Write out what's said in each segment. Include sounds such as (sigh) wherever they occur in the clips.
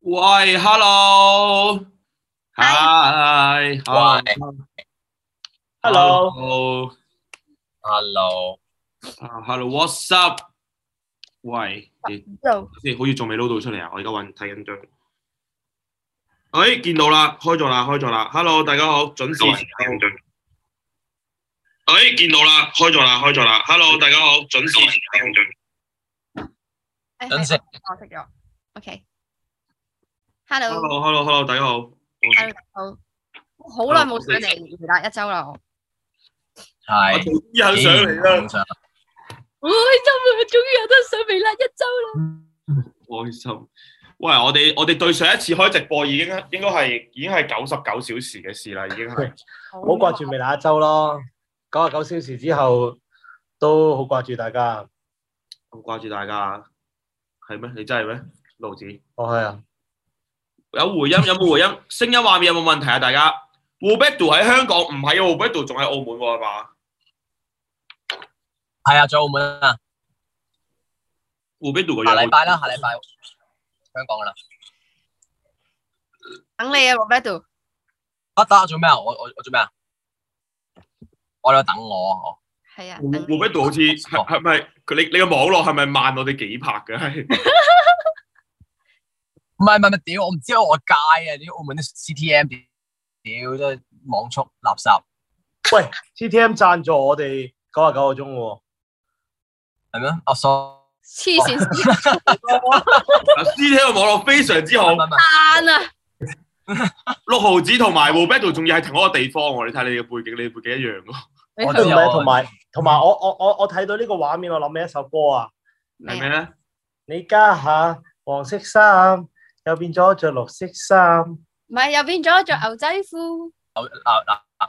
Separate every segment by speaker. Speaker 1: 喂，hello，hi，hi。
Speaker 2: Hello，
Speaker 3: Hello，
Speaker 1: Hello，hello，what's 啊 up？喂，你
Speaker 4: 就
Speaker 1: 即係好似仲未撈到出嚟啊！我而家揾睇緊張。哎，見到啦，開咗啦，開咗啦。Hello，大家好，準時
Speaker 3: 喂
Speaker 1: 睇緊哎，見到啦，開咗啦，開咗啦。Hello，大家好，準時睇緊張。
Speaker 4: 哎
Speaker 3: 等陣
Speaker 4: 哦我熄咗。OK，Hello，
Speaker 1: Hello，Hello，Hello，大家好。我
Speaker 4: 好，我好耐冇上嚟啦，一周啦我。
Speaker 1: 我
Speaker 3: 係
Speaker 1: 終於肯上嚟啦，
Speaker 3: 啦，
Speaker 4: 好開心啊！終於有得上嚟啦，一周啦。
Speaker 1: 開心。喂，我哋我哋對上一次開直播已經應該係已經係九十九小時嘅事啦，已經係。
Speaker 4: 好
Speaker 2: 好掛住未來一周咯，九啊九小時之後都好掛住大家。
Speaker 1: 咁掛住大家，係咩？你真係咩？路子
Speaker 2: 哦，係啊，
Speaker 1: 有回音，有冇回音？聲音畫面有冇問題啊？大家 w o b e d o 喺香港，唔係 w o b e d o 仲喺澳門喎，係嘛
Speaker 3: 係啊，仲有澳門啊，
Speaker 1: w o b e d o 個樣
Speaker 3: 下禮拜啦，下禮拜香港噶啦。
Speaker 4: 等你啊，Roberto。
Speaker 3: 啊得啊，做咩啊？我我我做咩啊？我喺度等我啊，我
Speaker 4: 係啊，
Speaker 1: w
Speaker 4: 等你
Speaker 1: o b e d o 好似係係咪佢你你個網絡係咪慢我哋幾拍嘅？ (laughs) 係
Speaker 3: 唔係唔係唔係，屌我唔知我街啊！啲澳門啲 CTM 屌真係網速垃圾，
Speaker 2: CTM 贊助我哋九啊九個鐘喎，
Speaker 3: 係咩？我傻
Speaker 4: 黐線先
Speaker 1: 師姐個網絡非常之好
Speaker 3: 唔，係唔係
Speaker 4: 啊！
Speaker 1: 六毫子同埋 w o b e d o 仲要係同一個地方喎。你睇你嘅背景，你嘅背景一樣喎。
Speaker 4: 你
Speaker 3: 我
Speaker 2: 唔
Speaker 3: 知
Speaker 4: 去
Speaker 3: 啊
Speaker 2: 係同埋同埋我我我我睇到呢個畫面，我諗起一首歌啊，
Speaker 1: 係咩咧？
Speaker 2: 你家下黃色衫又變咗着綠色衫，
Speaker 4: 唔係又變咗着牛仔褲，
Speaker 3: 牛牛牛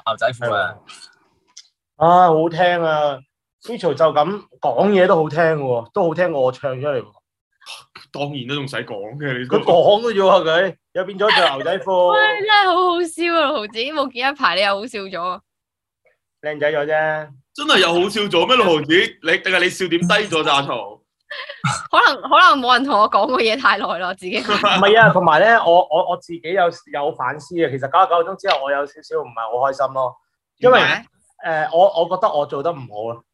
Speaker 3: 牛仔褲啊！
Speaker 2: 啊好聽啊！Rachel 就咁講嘢都好聽喎，都好聽過我唱出嚟喎。
Speaker 1: 當然都仲使講嘅，你
Speaker 2: 佢講嘅啫喎，佢又變咗着牛仔
Speaker 4: 喂
Speaker 2: 褲，
Speaker 4: 真係好好笑啊！豪子冇見一排，你又好笑咗啊！
Speaker 2: 靚仔咗啫。
Speaker 1: 真係有好笑咗咩？六毫子，你定係你笑點低咗咋曹？
Speaker 4: 可能可能冇人同我講過嘢太耐啦，我自己。
Speaker 2: 唔係啊，同埋咧，我我我自己有有反思啊嘅。其實九十九個鐘之後，我有少少唔係好開心咯，因為
Speaker 1: 點
Speaker 2: 誒
Speaker 1: 解、
Speaker 2: 我我覺得我做得唔好啊咯。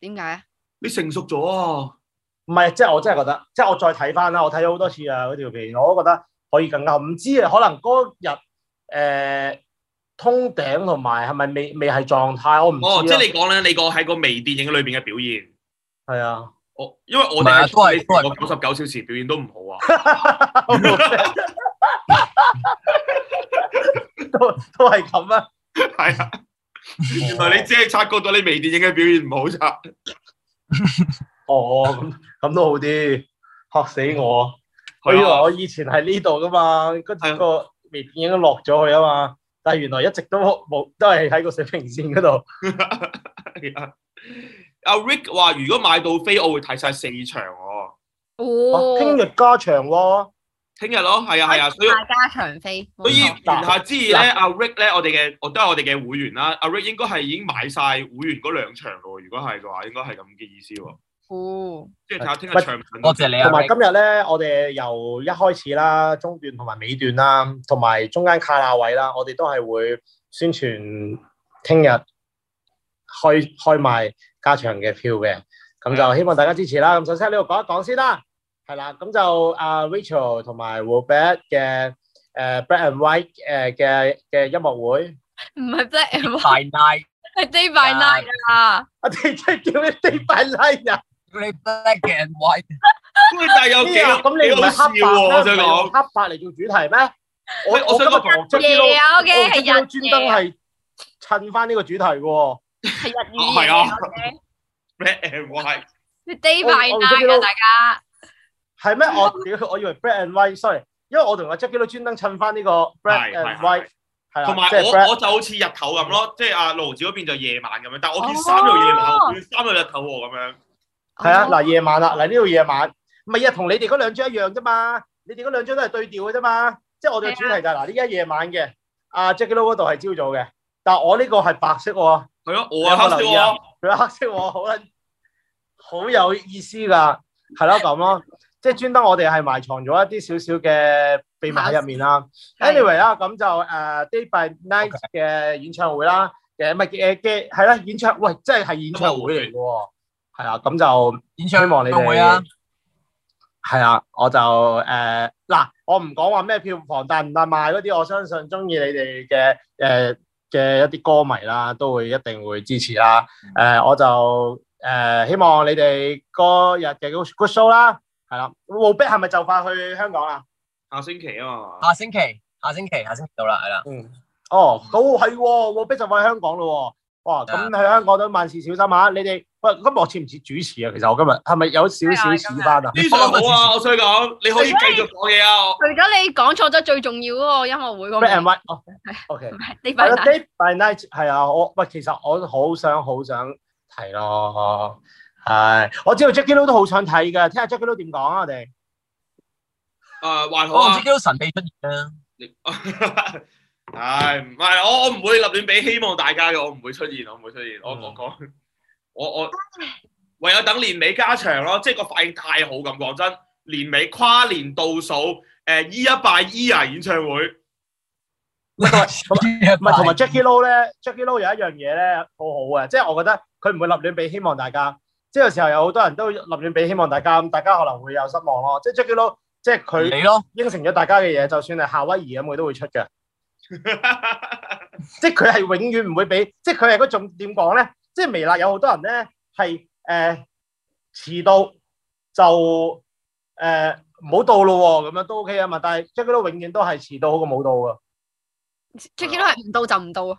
Speaker 4: 點解啊？
Speaker 1: 你成熟咗啊！
Speaker 2: 唔係，即係我真係覺得，即係我再睇翻啦，我睇咗好多次啊嗰條片，我都覺得可以更加好唔知啊，可能嗰日誒通頂同埋係咪未未係狀態，我唔
Speaker 1: 哦，即
Speaker 2: 知啊。
Speaker 1: 係你講咧，你個喺個微電影裏邊嘅表現，
Speaker 2: 係
Speaker 1: (laughs)
Speaker 2: 啊， (laughs)
Speaker 1: 我因為我哋
Speaker 3: 唔係啊都係
Speaker 1: 我九十九小時表現都唔好啊，
Speaker 2: 都都係咁啊。
Speaker 1: 係啊，原來你只係察覺到你微電影嘅表現唔好咋，
Speaker 2: 哦，咁咁都好啲，嚇死我！我以為我以前喺呢度噶嘛，跟
Speaker 1: 啊係啊
Speaker 2: 住個微電影都落咗去啊嘛，但係原來一直都冇，都係喺個水平線嗰度。
Speaker 1: 係啊。阿 Rick 話：如果買到飛，我會睇晒四場喎。
Speaker 2: 哇
Speaker 4: 哦，
Speaker 2: 聽日加場喎，
Speaker 1: 聽日咯，係啊係啊，所以
Speaker 4: 大家長飛，
Speaker 1: 所以
Speaker 4: 冇錯
Speaker 1: 言嗯下之意咧，阿 Rick 咧，我哋嘅我都係我哋嘅會員啦。阿 Rick 應該係已經買晒會員嗰兩場咯喎，如果係嘅話，應該係咁嘅意思喎。
Speaker 4: 哦，
Speaker 1: 即係睇下聽日
Speaker 2: 喂
Speaker 1: 長唔
Speaker 3: 多
Speaker 1: 長。
Speaker 3: 謝你啊
Speaker 2: 同埋
Speaker 3: Rick，
Speaker 2: 今日咧，我哋由一開始啦、中段同埋尾段啦，同埋中間卡罅位啦，我哋都係會宣傳聽日開開賣加場嘅票嘅，咁就希望大家支持啦。咁首先喺呢度講一講先啦，係啦，咁就阿 Rachel 同埋 Robert 嘅誒 Black and White 誒嘅嘅音樂會。 (laughs)
Speaker 4: 唔係 black and white，
Speaker 3: 大 night，
Speaker 4: 係 day by night 啊！
Speaker 2: 我哋真係叫你 day by night 啊！
Speaker 3: 你 black and white，
Speaker 1: 喂但係有幾好
Speaker 2: 啊咁你唔
Speaker 1: 幾好
Speaker 2: 係
Speaker 1: 笑
Speaker 2: 黑白
Speaker 1: 喎，我想
Speaker 2: 咩唔係
Speaker 1: 講
Speaker 2: 用。黑白嚟做主題咩？我
Speaker 1: 喂我
Speaker 2: 我今
Speaker 1: 想
Speaker 2: 日
Speaker 1: 講
Speaker 2: 同
Speaker 4: 日
Speaker 2: Jacky
Speaker 4: 夜
Speaker 2: Lou，
Speaker 4: 啊，OK，
Speaker 2: 我
Speaker 4: 係
Speaker 2: 同 Jacky
Speaker 4: 日
Speaker 2: Lou 哦專登
Speaker 4: 夜啊，
Speaker 2: 係襯翻呢個主題喎。我
Speaker 4: 係日
Speaker 1: 哦
Speaker 4: 語
Speaker 1: 係
Speaker 4: 夜
Speaker 1: 啊
Speaker 4: 啊，OK，
Speaker 1: Black and white，
Speaker 4: 你 day
Speaker 2: 我
Speaker 4: by
Speaker 2: 我唔知
Speaker 4: night
Speaker 2: 道
Speaker 4: 啊，大家
Speaker 2: 係咩？
Speaker 4: 嗯
Speaker 2: 我屌，我以為 black and white，sorry，因為我同阿 Jacky Lou 專登襯翻呢個 black
Speaker 1: 係
Speaker 2: and
Speaker 1: 係係
Speaker 2: white，係啦，
Speaker 1: 同埋
Speaker 2: 啊即係
Speaker 1: 我
Speaker 2: black。
Speaker 1: 我就好似日頭咁咯，即係阿盧子嗰邊就夜晚咁樣，但
Speaker 2: 哦
Speaker 1: 我見三度夜晚，我見三度日頭喎咁樣。
Speaker 2: 係啊，
Speaker 4: 哦
Speaker 2: 嗱夜晚啦，嗱呢度夜晚，唔係啊，同你哋嗰兩張一樣啫嘛，你哋嗰兩張都係對調嘅啫嘛，即係我哋嘅主題就係
Speaker 4: 啊
Speaker 2: 嗱呢家夜晚嘅，阿 Jacky Lou 嗰度係朝早嘅，但係我呢個係白色喎。
Speaker 1: 係咯，我啊黑色
Speaker 2: 有冇留意啊
Speaker 1: 喎，
Speaker 2: 佢黑色喎，好撚好有意思㗎，係咯咁咯，即係專登我哋係埋藏咗一啲少少嘅秘密喺入面啦。
Speaker 4: 係
Speaker 2: anyway 啦，咁就誒 Day by Night 嘅演唱會啦，嘅唔係嘅嘅係啦，演唱喂，即係係演唱會嚟嘅喎，係啦，咁就
Speaker 3: 演
Speaker 2: 希
Speaker 3: 唱
Speaker 2: 望你
Speaker 3: 會啊
Speaker 2: 哋，係啦，我就誒嗱，我唔講話咩票房但唔但賣嗰啲，我相信中意你哋嘅誒嘅一啲歌迷啦，都會一定會支持啦。誒、
Speaker 3: 嗯
Speaker 2: 我就誒、希望你哋嗰日嘅 good good show 啦，係啦，冇逼係咪就快去香港啊啦？
Speaker 1: 下星期啊嘛，
Speaker 3: 下星期下星期下星期到啦，係啦，
Speaker 2: 嗯，哦，好係喎，我逼就去香港咯喎，哇，
Speaker 3: 啊
Speaker 2: 咁去香港都萬事小心啊！你哋喂，今日我似唔似主持啊？其實我今日係咪有少少似翻啊？
Speaker 1: 呢場好啊，我想講，你可以繼續講嘢啊，我
Speaker 4: 而家你講錯咗最重要嗰個音樂會嗰
Speaker 2: Black and
Speaker 4: 個
Speaker 2: white，哦，OK，
Speaker 4: 呢
Speaker 2: 係啦
Speaker 4: 份
Speaker 2: ，Day by Night 係啊，我喂，其實我好想好想睇咯，係，我知道 Jackie Lou 都好想睇㗎，聽下 Jackie Lou 點講啊，我哋
Speaker 1: 誒還好
Speaker 3: 我唔
Speaker 1: 啊
Speaker 3: 知。叫神秘出現啦，
Speaker 1: 你 (laughs) 唉，唔係我我唔會立亂俾希望大家嘅，我唔會出現，我唔會出現，我
Speaker 2: 嗯
Speaker 1: 我講，我我唯有等年尾加場咯，即係個反應太好咁講真，年尾跨年倒數，誒，E Year by Year 啊演唱會， (laughs)
Speaker 3: 唔係
Speaker 2: 唔係同埋 Jackie Lou 咧，Jackie Lou 有一樣嘢咧好好嘅，即係我覺得佢唔會立亂俾希望大家，即係有時候有好多人都立亂俾希望大家，咁大家可能會有失望咯。即係 Jackie Lou，即係佢。
Speaker 3: 你咯，
Speaker 2: 應承咗大家嘅嘢，就算係夏威夷咁，佢都會出嘅。即係佢係永遠唔會俾，即係佢係嗰種點講咧？即係微辣有好多人咧係誒遲到就誒唔好到咯喎，咁樣都 OK 啊嘛。但係 Jackie 都永遠都係遲到好過冇到㗎，
Speaker 4: Jackie 都係唔到就唔到啊！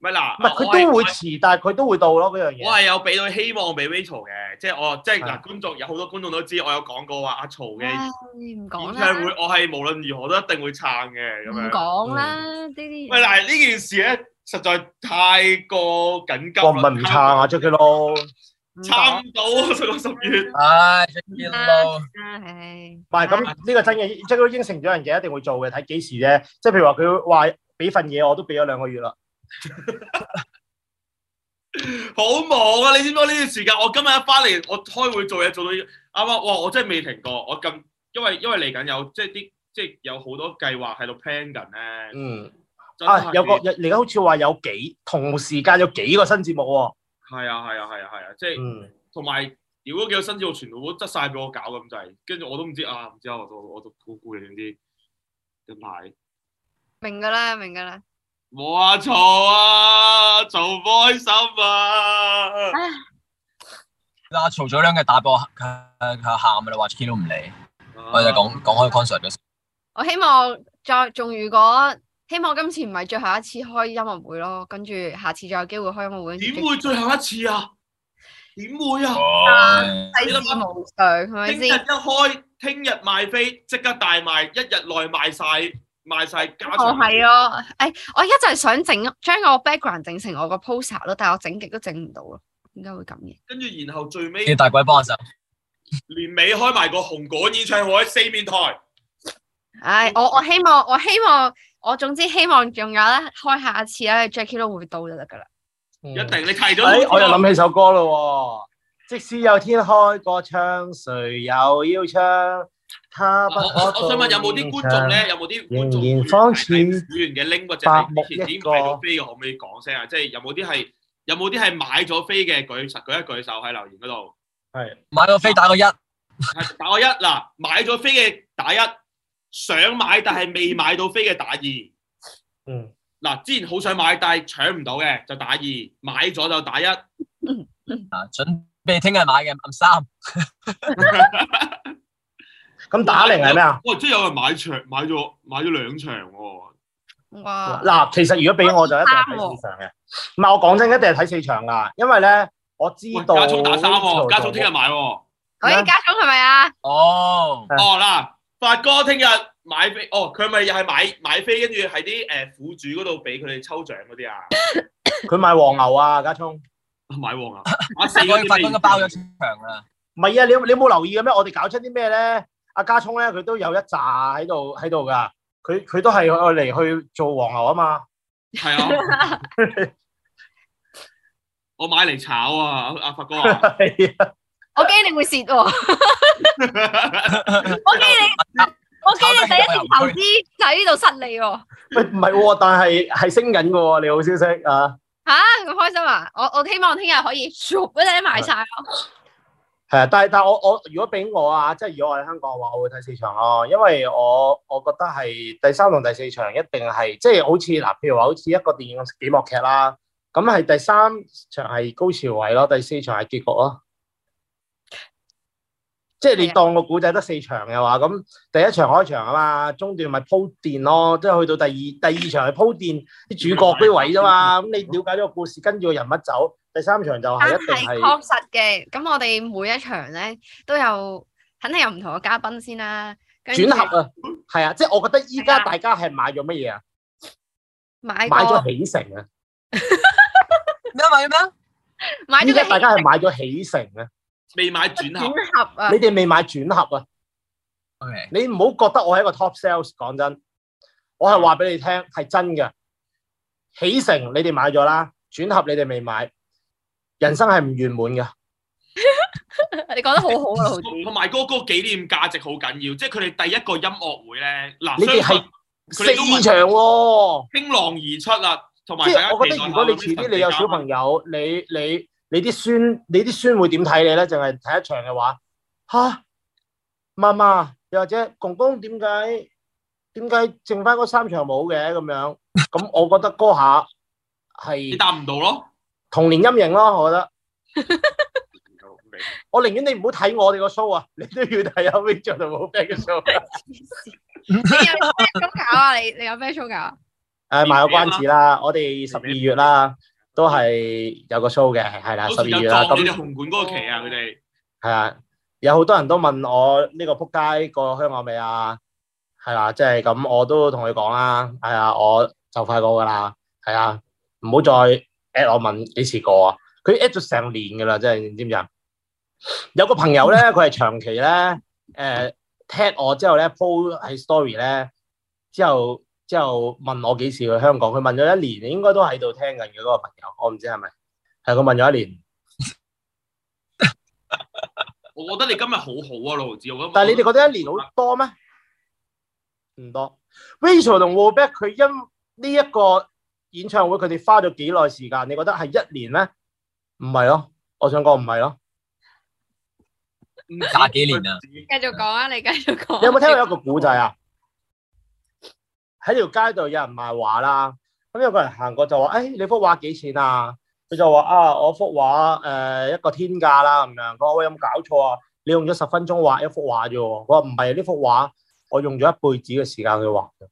Speaker 1: 咪嗱，
Speaker 2: 唔係
Speaker 1: 我係
Speaker 2: 佢都會遲，但係佢都會到咯嗰樣
Speaker 1: 我
Speaker 2: 嘢。
Speaker 1: 係有俾到希望俾 Rachel 嘅，即係我即係嗱，
Speaker 2: 係
Speaker 1: 觀眾有好多觀眾都知，我有講過話阿曹嘅
Speaker 4: 唉
Speaker 1: 演，
Speaker 4: 唔講
Speaker 1: 唱會
Speaker 4: 啦，，
Speaker 1: 我係無論如何都一定會撐嘅咁
Speaker 4: 唔
Speaker 1: 樣。
Speaker 4: 講啦，呢啲 (laughs)
Speaker 1: 喂，嗱呢件事咧，實在太過緊急啦
Speaker 2: 我唔係唔撐啊 Jackie 咯，唔
Speaker 4: 唔
Speaker 1: 撐
Speaker 4: 講
Speaker 1: 唔到啊！上個十月，
Speaker 3: 唉，Jackie Lou，
Speaker 4: 啦，唉，
Speaker 2: 係咁
Speaker 1: 嗯
Speaker 2: 呢個真嘅，Jackie 都應承咗人嘅一定會做嘅，睇幾時啫。即係譬如話佢話俾份嘢我都俾咗兩個月啦。
Speaker 1: 好忙啊！你知唔知呢段時間？我今日一翻嚟，我開會做嘢做到啱啱，哇！我真係未停過。我咁因為因為嚟緊有即係啲即係有好多計劃喺度 plan 緊咧。
Speaker 2: 嗯。
Speaker 1: 真
Speaker 2: 啊，
Speaker 1: 係
Speaker 2: 有個有而家好似話有幾同時間有幾個新節目喎、
Speaker 1: 係啊係啊係啊係啊！即係
Speaker 2: 嗯，
Speaker 1: 同埋屌嗰幾個新節目全部都執晒俾我搞咁滯，跟住我都唔知啊，唔知啊，我都我都估估你點知近排
Speaker 4: 明噶啦，明噶啦，
Speaker 1: 冇啊嘈啊嘈唔開心啊！
Speaker 3: 嗱嘈咗兩日打波，佢佢佢喊啦，話 Jackie Lou 唔理，我就講講開 concert 嘅事，
Speaker 4: 我希望再仲如果希望今次唔係最後一次開音樂會咯，跟住下次再有機會開音樂會，
Speaker 1: 點會最後一次啊？點會啊？
Speaker 2: 哦
Speaker 3: 唉
Speaker 4: 世事無常係咪
Speaker 1: 聽日一
Speaker 4: 先？
Speaker 1: 開，聽日賣飛，即刻大賣，一日內賣晒，賣晒加
Speaker 4: 我
Speaker 1: 場。
Speaker 4: 哦係啊咯，誒，我而家就係想整將個 background 整成我個 poster 咯，但係我整極都整唔到咯，點解會咁嘅？
Speaker 1: 跟住然後最尾
Speaker 3: 叫大鬼幫下手，
Speaker 1: 年尾開埋個紅館演唱會，四面台。
Speaker 4: 唉，我我希望我希望我總之希望仲有咧開下一次咧 Jackie 都會到就得噶啦。
Speaker 2: 一
Speaker 1: 一定你提咗
Speaker 2: 嗯哎，我又
Speaker 1: 諗，
Speaker 2: 諗起首歌咯喎、即使有天開個窗，誰又要唱？他不
Speaker 1: 我我我想問有冇啲觀眾咧？有冇啲觀眾
Speaker 2: 仍然方似
Speaker 1: 會員係會員嘅 link 或者
Speaker 2: 百
Speaker 1: 係
Speaker 2: 目
Speaker 1: 之前已經
Speaker 2: 一個
Speaker 1: 買咗飛嘅，可唔可以講聲啊？即係有冇啲係有冇啲係買咗飛嘅舉實舉一舉手喺留言嗰度。
Speaker 3: 買個飛打個一，
Speaker 1: 係打我一嗱，買咗飛嘅打一，想買但係未買到飛嘅打二。
Speaker 2: 嗯，
Speaker 1: 嗱，之前好想買但係搶唔到嘅就打二，買咗就打一。
Speaker 3: 啊準備聽日買嘅暗三，
Speaker 2: 咁打零係咩啊？
Speaker 1: 喂，真係有人買場，買咗買咗兩場喎。啊
Speaker 4: 哇！
Speaker 2: 嗱，其實如果俾我就一定係睇四場嘅，唔係我講真，一定係睇四場噶，因為咧我知
Speaker 1: 喂，
Speaker 2: 道
Speaker 1: 家聰打三喎，家聰聽日
Speaker 2: 日
Speaker 1: 買喎。
Speaker 4: 喂，家長係咪啊？
Speaker 3: 哦，
Speaker 1: 哦嗱，發哥聽日買飛，哦佢咪又係買買飛，跟住喺啲誒苦主嗰度俾佢哋抽獎嗰啲啊，
Speaker 2: 佢買黃牛啊，家聰。
Speaker 1: 買旺
Speaker 2: (laughs)
Speaker 1: 啊，買四嗰
Speaker 3: 我要發哥
Speaker 1: 啲
Speaker 3: 都包咗場啦，
Speaker 2: 唔係啊，你有你有冇留意嘅咩？我哋搞出啲咩咧？阿家聰咧，佢都有一扎喺度喺度㗎。佢佢都係愛嚟去做黃牛啊嘛。
Speaker 1: 係啊， (laughs) 我買嚟炒啊，阿阿發哥啊。
Speaker 2: (laughs) 係啊，
Speaker 4: 我驚你會蝕喎。 (laughs) 我驚你，我驚你第一次投資就喺呢度失利喎。
Speaker 2: 喂，唔係喎，但係係升緊嘅喎，你好消息啊！
Speaker 4: 吓咁開心啊！我我希望聽日可以唰一陣賣晒咯。
Speaker 2: 係啊，但係但係我我如果俾我啊，即係如果我喺香港嘅話，我會睇四場咯，因為我我覺得係第三同第四場一定係即係好似嗱，譬如話好似一個電影幾幕劇啦，咁係第三場係高潮位咯，第四場係結局咯。即係你
Speaker 4: 係啊
Speaker 2: 當個古仔得四場嘅話，咁第一場開場啊嘛，中段咪鋪墊咯，即係去到第二第二場係鋪墊啲主角嗰啲位啫嘛，咁你了解咗個故事，跟住個人物走，第三場就
Speaker 4: 但
Speaker 2: 係一定
Speaker 4: 啊係
Speaker 2: 係。
Speaker 4: 確實嘅，咁我哋每一場咧都有肯定有唔同嘅嘉賓先啦。跟住
Speaker 2: 轉合啊，係啊，即係我覺得依
Speaker 4: 係
Speaker 2: 家
Speaker 4: 啊
Speaker 2: 大家係買咗乜嘢啊？
Speaker 4: 買
Speaker 2: 買
Speaker 4: 個
Speaker 2: 咗起城啊！
Speaker 3: 咩啊？買咩啊？
Speaker 4: 買
Speaker 2: 依
Speaker 4: 咗
Speaker 2: 家
Speaker 4: 個
Speaker 2: 大家係買咗起城啊！
Speaker 1: 未買轉合，
Speaker 4: 轉合啊
Speaker 2: 你！哋未買轉合啊！
Speaker 3: OK，
Speaker 2: 你唔好覺得我係一個 top sales，講真，我係話俾你聽係真嘅。起城你哋買咗啦，轉合你哋未買，人生係唔圓滿嘅。
Speaker 4: 你講得好好啊，豪子。
Speaker 1: 同埋嗰個紀念價值好緊要，即係佢哋第一個音樂會咧，嗱，
Speaker 2: 你哋係
Speaker 1: 相信佢
Speaker 2: 四
Speaker 1: 哋都問
Speaker 2: 場喎、
Speaker 1: 傾浪而出啦，同埋
Speaker 2: 即
Speaker 1: 大家
Speaker 2: 係我覺
Speaker 1: 期
Speaker 2: 得
Speaker 1: 待
Speaker 2: 如果你遲啲你有小朋友，你你你啲孫你啲孫會點睇你咧？淨係睇一場嘅話，吓、媽媽又或者公公點解點解剩翻嗰三場冇嘅咁樣？咁我覺得嗰下
Speaker 1: 你
Speaker 2: 係
Speaker 1: 答唔到咯。
Speaker 2: 童年陰影咯，我覺得。我寧願你唔好睇我哋個 show 啊，你都要睇下 Rachel 同 m 嘅 show。啊
Speaker 4: 你有咩粗搞啊？你你有咩粗搞啊？
Speaker 2: 誒賣個關子啦，我哋十二月啦，都係有個 show 嘅，係啦，啊十
Speaker 1: 好
Speaker 2: 二
Speaker 1: 似有
Speaker 2: 月啦，
Speaker 1: 撞
Speaker 2: 咁
Speaker 1: 你。哋紅館嗰個期啊，佢哋
Speaker 2: 係啊，有好多人都問我呢個撲街過香港未啊？係啦，即係咁，我都同佢講啦，係啊，我就快過噶啦，係啊，唔好再 at 我問幾時過啊？佢 at 咗成年噶啦，真係你知唔知啊？有個朋友咧，佢係長期咧，誒、踢我之後咧 po 喺 story 咧，之後之後問我幾時去香港，佢問咗一年，應該都喺度聽緊嘅嗰個朋友，我唔知係咪，係佢問咗一年。
Speaker 1: 我覺得你今日好好啊，老子，我覺得
Speaker 2: 但係你哋覺得一年好多咩？唔多。Rachel 同 w o b e c 佢因呢一個演唱會，佢哋花咗幾耐時間？你覺得係一年咩？唔係咯，我想講唔係咯。
Speaker 1: 唔止
Speaker 3: 廿幾年啊，
Speaker 4: 繼續講啊！你繼續講。
Speaker 2: 你有冇聽過一個古仔啊？喺條街度有人賣畫啦，咁有個人行過就話：，誒、哎你幅畫幾錢啊？佢就話：啊，我幅畫誒、一個天價啦咁樣。佢話：喂，有冇搞錯啊？你用咗十分鐘畫一幅畫啫喎。我話唔係，呢幅畫我用咗一輩子嘅時間去畫嘅。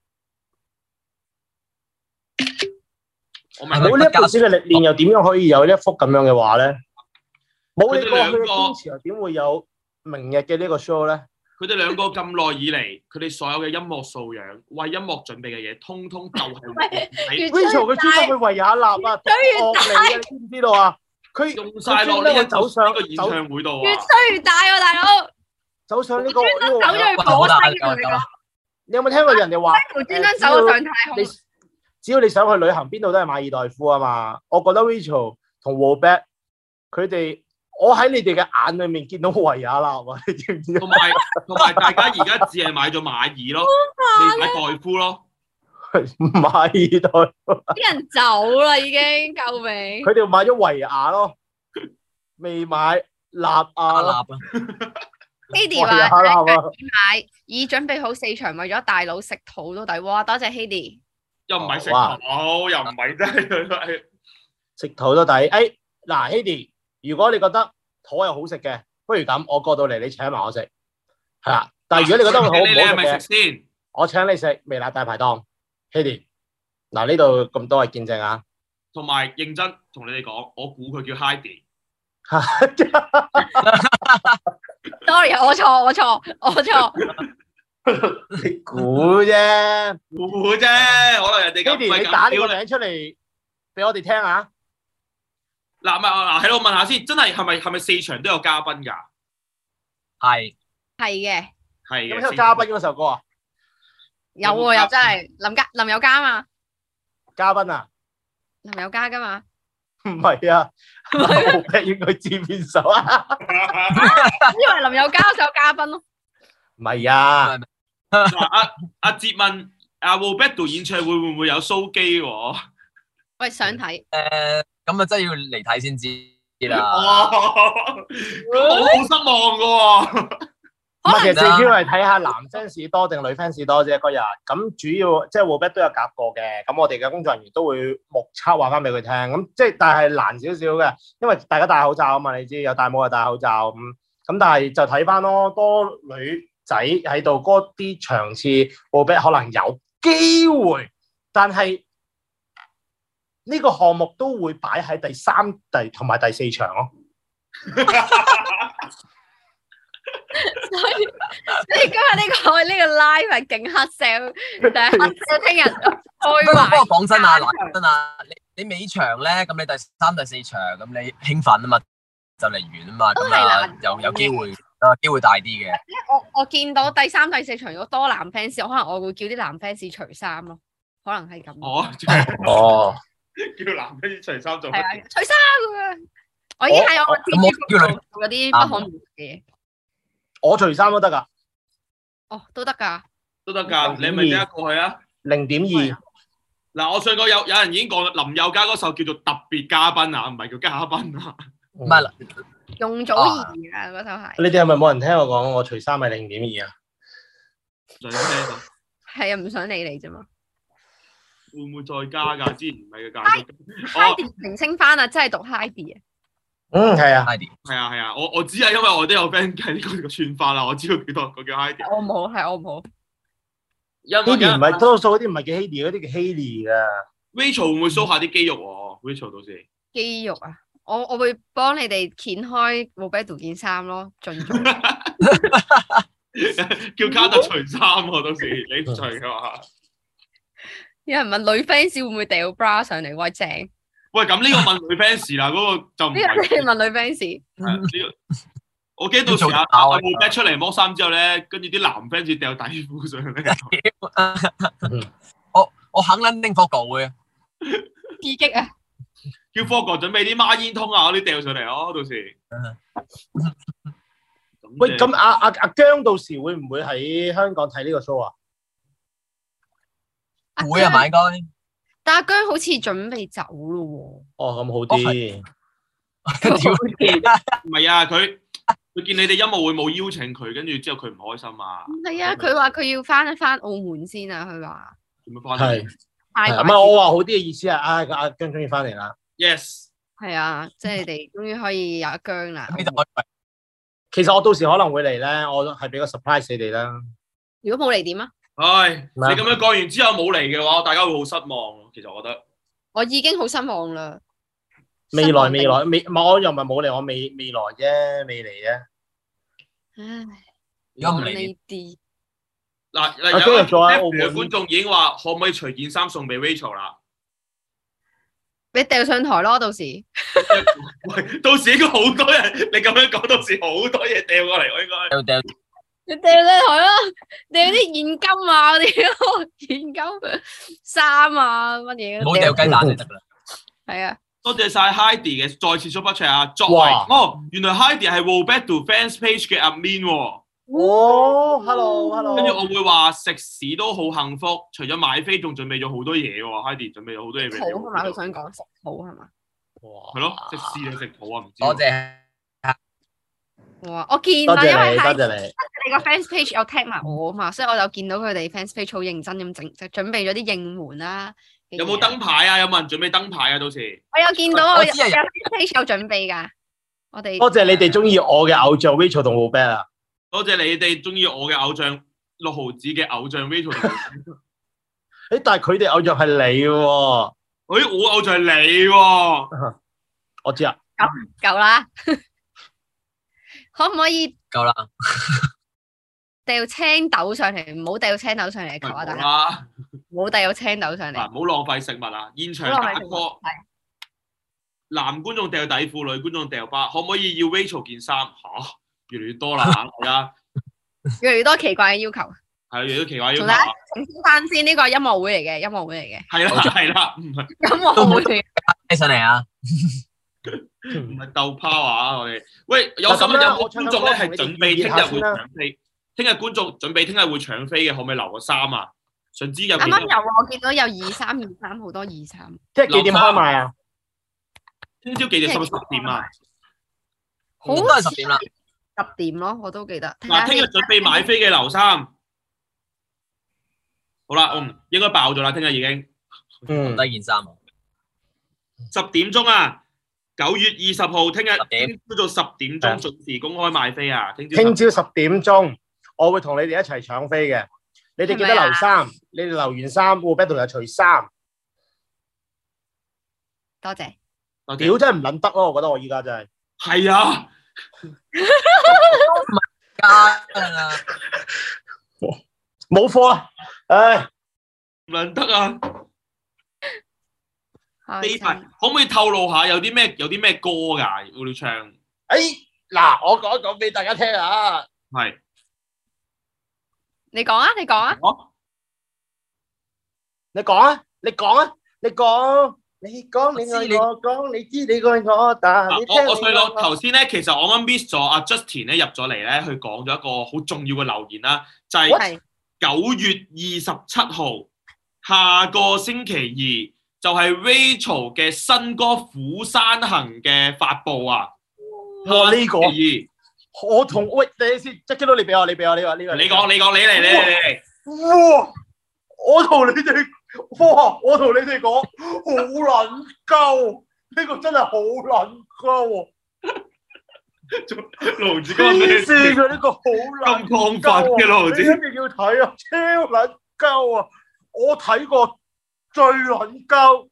Speaker 1: 我明
Speaker 3: 係咪
Speaker 2: 冇呢一輩子嘅歷
Speaker 1: 哦
Speaker 2: 練，又點樣可以有呢一幅咁樣嘅畫咧？冇你過去
Speaker 1: 佢哋兩
Speaker 2: 嘅
Speaker 1: 個
Speaker 2: 堅持，又點會有明日嘅呢個 show 咧？
Speaker 1: 佢哋兩個咁耐以嚟，佢哋所有嘅音樂素養、為音樂準備嘅嘢，通通就係
Speaker 2: (laughs)
Speaker 1: 喺
Speaker 4: 越
Speaker 2: Rachel 佢專登去維也納啊，
Speaker 4: 衰
Speaker 2: 惡你啊，你知唔知道啊？佢
Speaker 1: 用晒落呢一個
Speaker 2: 走上
Speaker 1: 呢個演唱會度
Speaker 4: 越
Speaker 1: 啊！
Speaker 4: 衰越大喎，大佬！
Speaker 2: 走上呢個
Speaker 4: 專
Speaker 2: 呢
Speaker 4: 登
Speaker 2: 個
Speaker 4: 走咗
Speaker 2: 位，
Speaker 4: 去火星啊！你講，
Speaker 2: 你有冇聽過人哋話
Speaker 4: 我專登走咗上太空
Speaker 2: 你。只要你想去旅行，邊度都係馬爾代夫啊嘛？我覺得 Rachel 同 w o b e t 佢哋，我喺你哋嘅眼裏面見到維也納啊，你 (laughs) 知唔知
Speaker 1: (laughs)
Speaker 2: 啊？
Speaker 1: 同埋同埋，大家而家只係買咗馬爾咯，
Speaker 2: 啊
Speaker 1: 未買代夫咯。
Speaker 2: 馬爾代夫，
Speaker 4: 啲人走啦，已經救命！
Speaker 2: 佢哋買咗維也咯，未買納
Speaker 3: 阿
Speaker 2: 亞
Speaker 3: 立
Speaker 2: 咯，
Speaker 3: 啊，
Speaker 4: Hedy
Speaker 2: 維也
Speaker 4: 話
Speaker 2: 納啊，
Speaker 4: 買已準備好四場，為咗大佬食肚都抵。哇！多謝 Hedy。
Speaker 1: 又唔係食
Speaker 2: 哇
Speaker 1: 牛，又唔係真係
Speaker 2: 食肚都抵。哎，嗱，Hedy，如果你覺得肚又好食嘅，不如咁，我過到嚟你請埋我食，係啦。
Speaker 1: Ờ,
Speaker 2: (laughs) 但係如果
Speaker 1: (laughs)
Speaker 2: 你覺得佢好唔
Speaker 1: 你你係
Speaker 2: 好食嘅
Speaker 1: 咪，食先？
Speaker 2: 我請你食微辣大排檔，Hedy。嗱呢度咁多位見證啊，
Speaker 1: 同埋認真同你哋講，我估佢叫
Speaker 2: (laughs)
Speaker 1: Heidi。
Speaker 4: Sorry，我錯，我錯，我錯。
Speaker 2: 你估啫
Speaker 1: 估啫，可能人哋咁
Speaker 2: ，Hedy
Speaker 1: 貴
Speaker 2: 你打呢
Speaker 1: 咁屌
Speaker 2: 個
Speaker 1: 你。
Speaker 2: 名出嚟俾我哋聽下，
Speaker 1: 嗱，咪嗱喺度問下先，真係係咪係咪四場都有嘉賓㗎？
Speaker 3: 係
Speaker 4: 係嘅，
Speaker 1: 係
Speaker 2: 有
Speaker 1: 嘅。
Speaker 2: 冇聽過
Speaker 1: 四
Speaker 2: 嘉
Speaker 1: 場
Speaker 2: 賓嗰首歌啊？
Speaker 4: 有喎，又真係林家林有嘉嘛，
Speaker 2: à? (laughs) 嘉賓啊，
Speaker 4: 林有嘉噶嘛。
Speaker 2: 唔係啊，冇劈應該知邊 (laughs) 首啊？
Speaker 4: 以為林宥嘉嗰首嘉賓咯，
Speaker 2: 唔係啊，
Speaker 1: 嗱阿啊阿哲問阿 Roberto 演唱會會唔會有 show 機喎？
Speaker 4: 喂想睇，
Speaker 3: 誒，咁啊真係要嚟睇先知啦。
Speaker 1: 哦，咁我好失望噶喎。
Speaker 2: 嗯唔係其實
Speaker 3: 可
Speaker 2: 最
Speaker 3: 能啊
Speaker 2: 主要係睇下男 fans 多定女 fans 多啫嗰日。咁主要即係 w o b e t 都有夾過嘅，咁我哋嘅工作人員都會目測話翻俾佢聽。咁即係但係難少少嘅，因為大家戴口罩啊嘛，你知有戴帽就戴口罩咁。咁但係就睇翻咯，多女仔喺度嗰啲場次 w o b e t 可能有機會，但係呢個項目都會擺喺第三、第同埋第四場咯。
Speaker 4: 所以所以今日呢個呢個 live 係勁黑 sell，但係黑 sell 聽日
Speaker 3: (laughs) 不過不
Speaker 4: 開
Speaker 3: 過講真啊，
Speaker 4: 加
Speaker 3: 嗱
Speaker 4: 強
Speaker 3: 真啊，你你尾場咧，咁你第三、第四場咁你興奮啊嘛，就嚟完啊嘛，
Speaker 4: 都
Speaker 3: 咁
Speaker 4: 係
Speaker 3: 啊
Speaker 4: 難
Speaker 3: 又有機會啊，機會大啲嘅。
Speaker 4: 我我見到第三、第四場如果多男 fans，我可能我會叫啲男 fans 除衫咯，可能係咁。
Speaker 1: 我
Speaker 2: 哦，
Speaker 1: (laughs) 叫男人除衫做
Speaker 4: 係啊，除衫咁樣。我已經喺我
Speaker 3: 咁我
Speaker 4: 天書嗰啲不可描述嘅嘢。
Speaker 2: 我除衫都得㗎，
Speaker 4: 哦，都得㗎。
Speaker 1: 都得㗎，
Speaker 2: 嗯
Speaker 1: 你咪即刻過去啊！
Speaker 2: 零點
Speaker 4: 係
Speaker 2: 二
Speaker 4: 啊。
Speaker 1: 嗱，我上個有有人已經講啦林宥嘉嗰首叫做特別嘉賓啊，唔係叫嘉賓啊。 (laughs)
Speaker 3: 唔係啦，
Speaker 4: 容祖兒啊，嗰首係。
Speaker 2: 你哋係咪冇人聽我講我除衫係零點二啊？
Speaker 1: 想聽啊，
Speaker 4: 係啊，唔想理你啫嘛。
Speaker 1: 會唔會再加㗎？之前唔係嘅
Speaker 4: 哎
Speaker 1: 價格。
Speaker 4: h i d 澄清翻啊，真係讀 h i d 啊。
Speaker 2: 嗯，係啊，
Speaker 3: Heidi
Speaker 1: 係啊係啊，我我知啊，因為我都有 friend 計呢個個串法啦，我知道幾多個叫 Heidi。
Speaker 4: 我冇，係我冇。
Speaker 1: 因
Speaker 2: 呢啲唔係
Speaker 1: 為
Speaker 2: 多啊數嗰啲唔係叫 Hedy，嗰啲叫 Haley 噶。
Speaker 1: Rachel 會唔會 show 下啲肌肉喎？Rachel 到時
Speaker 4: 肌肉啊，我我會幫你哋掀開 Roberto 件衫咯，盡早。嗯
Speaker 1: 叫卡特除衫喎，到時
Speaker 2: 嗯
Speaker 1: 你唔除嘅話，
Speaker 4: 有人問女 fans 會唔會掉 bra 上嚟？喂，正。呢
Speaker 1: 喂咁呢個問女 fans 啦，嗰個就唔
Speaker 4: 個
Speaker 1: 係
Speaker 4: 你問女 fans。
Speaker 1: 係
Speaker 3: 嗯
Speaker 1: 啊呢個。我驚到時阿
Speaker 3: 要做打
Speaker 1: 阿
Speaker 3: 啊
Speaker 1: 阿 b 出嚟剝衫之後咧，跟住啲男 fans 掉底褲上
Speaker 2: (laughs)
Speaker 1: 嚟，
Speaker 3: 嗯 (laughs) 我我肯撚拎 Fogo 嘅，
Speaker 4: 刺激啊！
Speaker 1: 叫科國準備啲孖煙通啊嗰啲掉上嚟咯，到時
Speaker 3: 嗯。
Speaker 2: 嗯喂，咁啊阿阿阿姜到時會唔會喺香港睇呢個 show 啊？
Speaker 3: 會啊嘛應該。 (laughs)
Speaker 4: 但阿姜好似準備走咯
Speaker 2: 哦，咁好啲。
Speaker 3: 屌
Speaker 1: 唔係啊，佢佢見你哋音樂會冇邀請佢，跟住之後佢唔開心啊，
Speaker 4: 喎。係啊，佢話佢要翻一翻澳門先啊，佢話。
Speaker 1: 做乜翻嚟
Speaker 2: 係係唔係我話好啲嘅意思係，唉，阿姜終於翻嚟啦。
Speaker 1: ？Yes，
Speaker 4: 係啊，即係你哋終於可以有一姜
Speaker 3: (laughs)
Speaker 4: 啦。
Speaker 3: 呢度我
Speaker 2: 其實我到時可能會嚟咧，我係俾個 surprise 你哋啦。
Speaker 4: 如果冇嚟點啊？
Speaker 1: 唉，你
Speaker 2: 咩啊
Speaker 1: 咁樣講完之後冇嚟嘅話，大家會好失望咯。其實我覺得
Speaker 4: 我已經好失望啦。
Speaker 2: 未
Speaker 4: 失
Speaker 2: 來
Speaker 4: 望定
Speaker 2: 未來未，唔係我又唔係冇嚟，我未未來啫，未嚟啫。
Speaker 4: 唉，
Speaker 3: 如果唔嚟
Speaker 4: 呢啲
Speaker 1: 嗱，
Speaker 2: 啊阿姜
Speaker 1: 嗱
Speaker 2: 又
Speaker 1: 有
Speaker 2: 做喺澳門
Speaker 1: 嘅觀眾已經話可唔可以除件衫送俾 Rachel 啦？ (laughs)
Speaker 4: 你掉上台咯，到時。
Speaker 1: 喂，到時應該好多人，你咁樣講，到時好多嘢掉過嚟，我應該。
Speaker 3: 掉掉
Speaker 4: 你掉上台啦，掉啲 (laughs) 現金啊，我哋咯，現金衫啊，乜嘢
Speaker 3: 唔好掉
Speaker 4: 嘅，
Speaker 3: 雞蛋就得㗎啦。
Speaker 4: 係啊，
Speaker 1: 多謝晒 Heidi 嘅再次 super chat 啊！作為
Speaker 2: 哇
Speaker 1: 哦，原來 Heidi 係 Roberto fans page 嘅 admin 喎。
Speaker 2: 哦，hello，hello
Speaker 1: 跟住我會話食屎都好幸福，除咗買飛，仲準備咗好多嘢喎。Heidi 準備咗好多嘢俾你
Speaker 4: 好係嘛，佢
Speaker 1: 喎。
Speaker 4: 想講食好係嘛，
Speaker 1: 係
Speaker 2: 係
Speaker 1: 咯，食屎定食肚啊？唔知喎。
Speaker 3: 多
Speaker 4: 哦
Speaker 3: 謝。
Speaker 4: 哇，我見
Speaker 2: 多
Speaker 4: 啊，因
Speaker 2: 謝你，
Speaker 4: 為係
Speaker 2: 多謝你。
Speaker 4: 你個 fans page 有 tag 埋我啊嘛，所以我就見到佢哋 fans page 好認真咁整，就準備咗啲應援啦。
Speaker 1: 有冇？燈牌啊？有冇人準備燈牌啊？到時
Speaker 4: 我有見到，我
Speaker 3: 我
Speaker 4: 有
Speaker 3: 知啊
Speaker 4: 有 fans page 有準備㗎，我哋
Speaker 2: 多謝你哋中意我嘅偶像 Rachel 同 Robert 啊。
Speaker 1: 多謝你哋中意我嘅偶像六毫子嘅偶像 Rachel 同。
Speaker 2: 诶，但係佢哋偶像係你喎，
Speaker 1: 誒，哎我偶像係你喎。
Speaker 2: 我知啊。
Speaker 4: 夠啦， (laughs) 可唔可以
Speaker 3: 夠啦，
Speaker 4: 掉青豆上嚟？唔好掉青豆上嚟，求下啊大
Speaker 1: 係
Speaker 4: 家，
Speaker 1: 啦，
Speaker 4: 唔好掉青豆上嚟
Speaker 1: 嗱，。唔好浪費食物啊！現場
Speaker 4: 好啦
Speaker 1: 打
Speaker 4: 咪
Speaker 1: 歌。
Speaker 4: 係
Speaker 1: 男觀眾掉底褲，女觀眾掉巴，可唔可以要 Rachel 件衫？嚇，越嚟越多啦
Speaker 4: (laughs)
Speaker 1: 嚇，大家
Speaker 4: 越嚟越多奇怪嘅要求。
Speaker 1: 係越嚟越奇怪要求
Speaker 4: 同
Speaker 1: 啊
Speaker 4: 大家澄清翻先，呢個係音樂會嚟嘅，音樂會嚟嘅，
Speaker 1: 係啦係啦，唔係
Speaker 4: 音樂會嚟嘅
Speaker 3: 起上嚟啊！
Speaker 2: (clears throat)
Speaker 1: 唔係鬥 power 啊！我哋喂有
Speaker 2: 嗱
Speaker 1: 心
Speaker 2: 咁
Speaker 1: 有
Speaker 2: 啦
Speaker 1: 冇
Speaker 2: 我唱
Speaker 1: 觀
Speaker 2: 緊
Speaker 1: 眾
Speaker 2: 歌
Speaker 1: 咧
Speaker 2: 同
Speaker 1: 係
Speaker 2: 你
Speaker 1: 準
Speaker 2: 哋
Speaker 1: 備
Speaker 2: 熱
Speaker 1: 聽
Speaker 2: 下
Speaker 1: 日會
Speaker 2: 先啦
Speaker 1: 搶飛，聽日觀眾準備聽日會搶飛嘅，可唔可以留個衫啊？想知有
Speaker 4: 啱
Speaker 1: 幾
Speaker 4: 啱
Speaker 1: 多？
Speaker 4: 有啊，我見到有二三二三，好多二三。
Speaker 2: 即係幾點開賣啊？
Speaker 1: 聽朝幾點？十十點啊！
Speaker 4: 好
Speaker 3: 都啊係十點啦。
Speaker 4: 十點咯，我都記得。睇下
Speaker 1: 嗱，聽日準備買飛嘅留衫。好啦，嗯，應該爆咗啦，聽日已經。
Speaker 2: 嗯，
Speaker 3: 低件衫啊，
Speaker 1: 十點鐘啊，九月二十號，聽日
Speaker 3: 10點
Speaker 1: 聽朝早十點鐘準時公開賣飛啊！聽朝
Speaker 2: 聽
Speaker 1: 10
Speaker 2: 朝十點鐘，我會同你哋一齊搶飛嘅。你哋記
Speaker 4: 係
Speaker 2: 得
Speaker 4: 咪啊
Speaker 2: 留衫，你哋留完衫，我 battle 又除衫。
Speaker 4: 多謝。
Speaker 1: 多謝
Speaker 2: 屌真係唔撚得咯，我覺得我依家真係。
Speaker 1: 係啊，
Speaker 3: 加啊！
Speaker 2: 冇貨啦，唉，
Speaker 1: 唔撚得啊！
Speaker 4: 開
Speaker 1: 呢
Speaker 4: 心
Speaker 1: 排可唔可以透露下有啲咩有啲咩歌㗎會唱？
Speaker 2: 哎，嗱，我講一講俾大家聽啊，
Speaker 1: 係
Speaker 4: 你講啊，你講啊，
Speaker 1: 我
Speaker 2: 你講啊，你講啊，你講，你講你愛我，講你知你愛我，但
Speaker 1: 嗱
Speaker 2: 係你聽
Speaker 1: 我我
Speaker 2: 你
Speaker 1: 細佬
Speaker 2: 愛我
Speaker 1: 頭先咧，其實我啱啱 miss 咗阿 Justin 咧入咗嚟咧，佢講咗一個好重要嘅留言啦，就係、
Speaker 2: What？
Speaker 4: 係
Speaker 1: 九月二十七號，下個星期二就係 Rachel 嘅新歌《釜山行》嘅發布啊！
Speaker 2: 哇呢個
Speaker 1: 下星期
Speaker 2: 我同喂，等陣先，即係到你俾我，你俾我，你話呢個，
Speaker 1: 二你講，你講，你嚟，你嚟，你
Speaker 2: 哇！我同你哋，哇！我同你哋講，好撚鳩，呢個真係好撚鳩啊
Speaker 1: 嚟，盧志
Speaker 2: 喎，黐線
Speaker 1: 咁
Speaker 2: 嘅呢個好撚
Speaker 1: 亢奮
Speaker 2: 鳩啊
Speaker 1: 嘅盧
Speaker 2: 你一
Speaker 1: 子，
Speaker 2: 定要睇啊，超撚鳩啊！我睇過最撚鳩，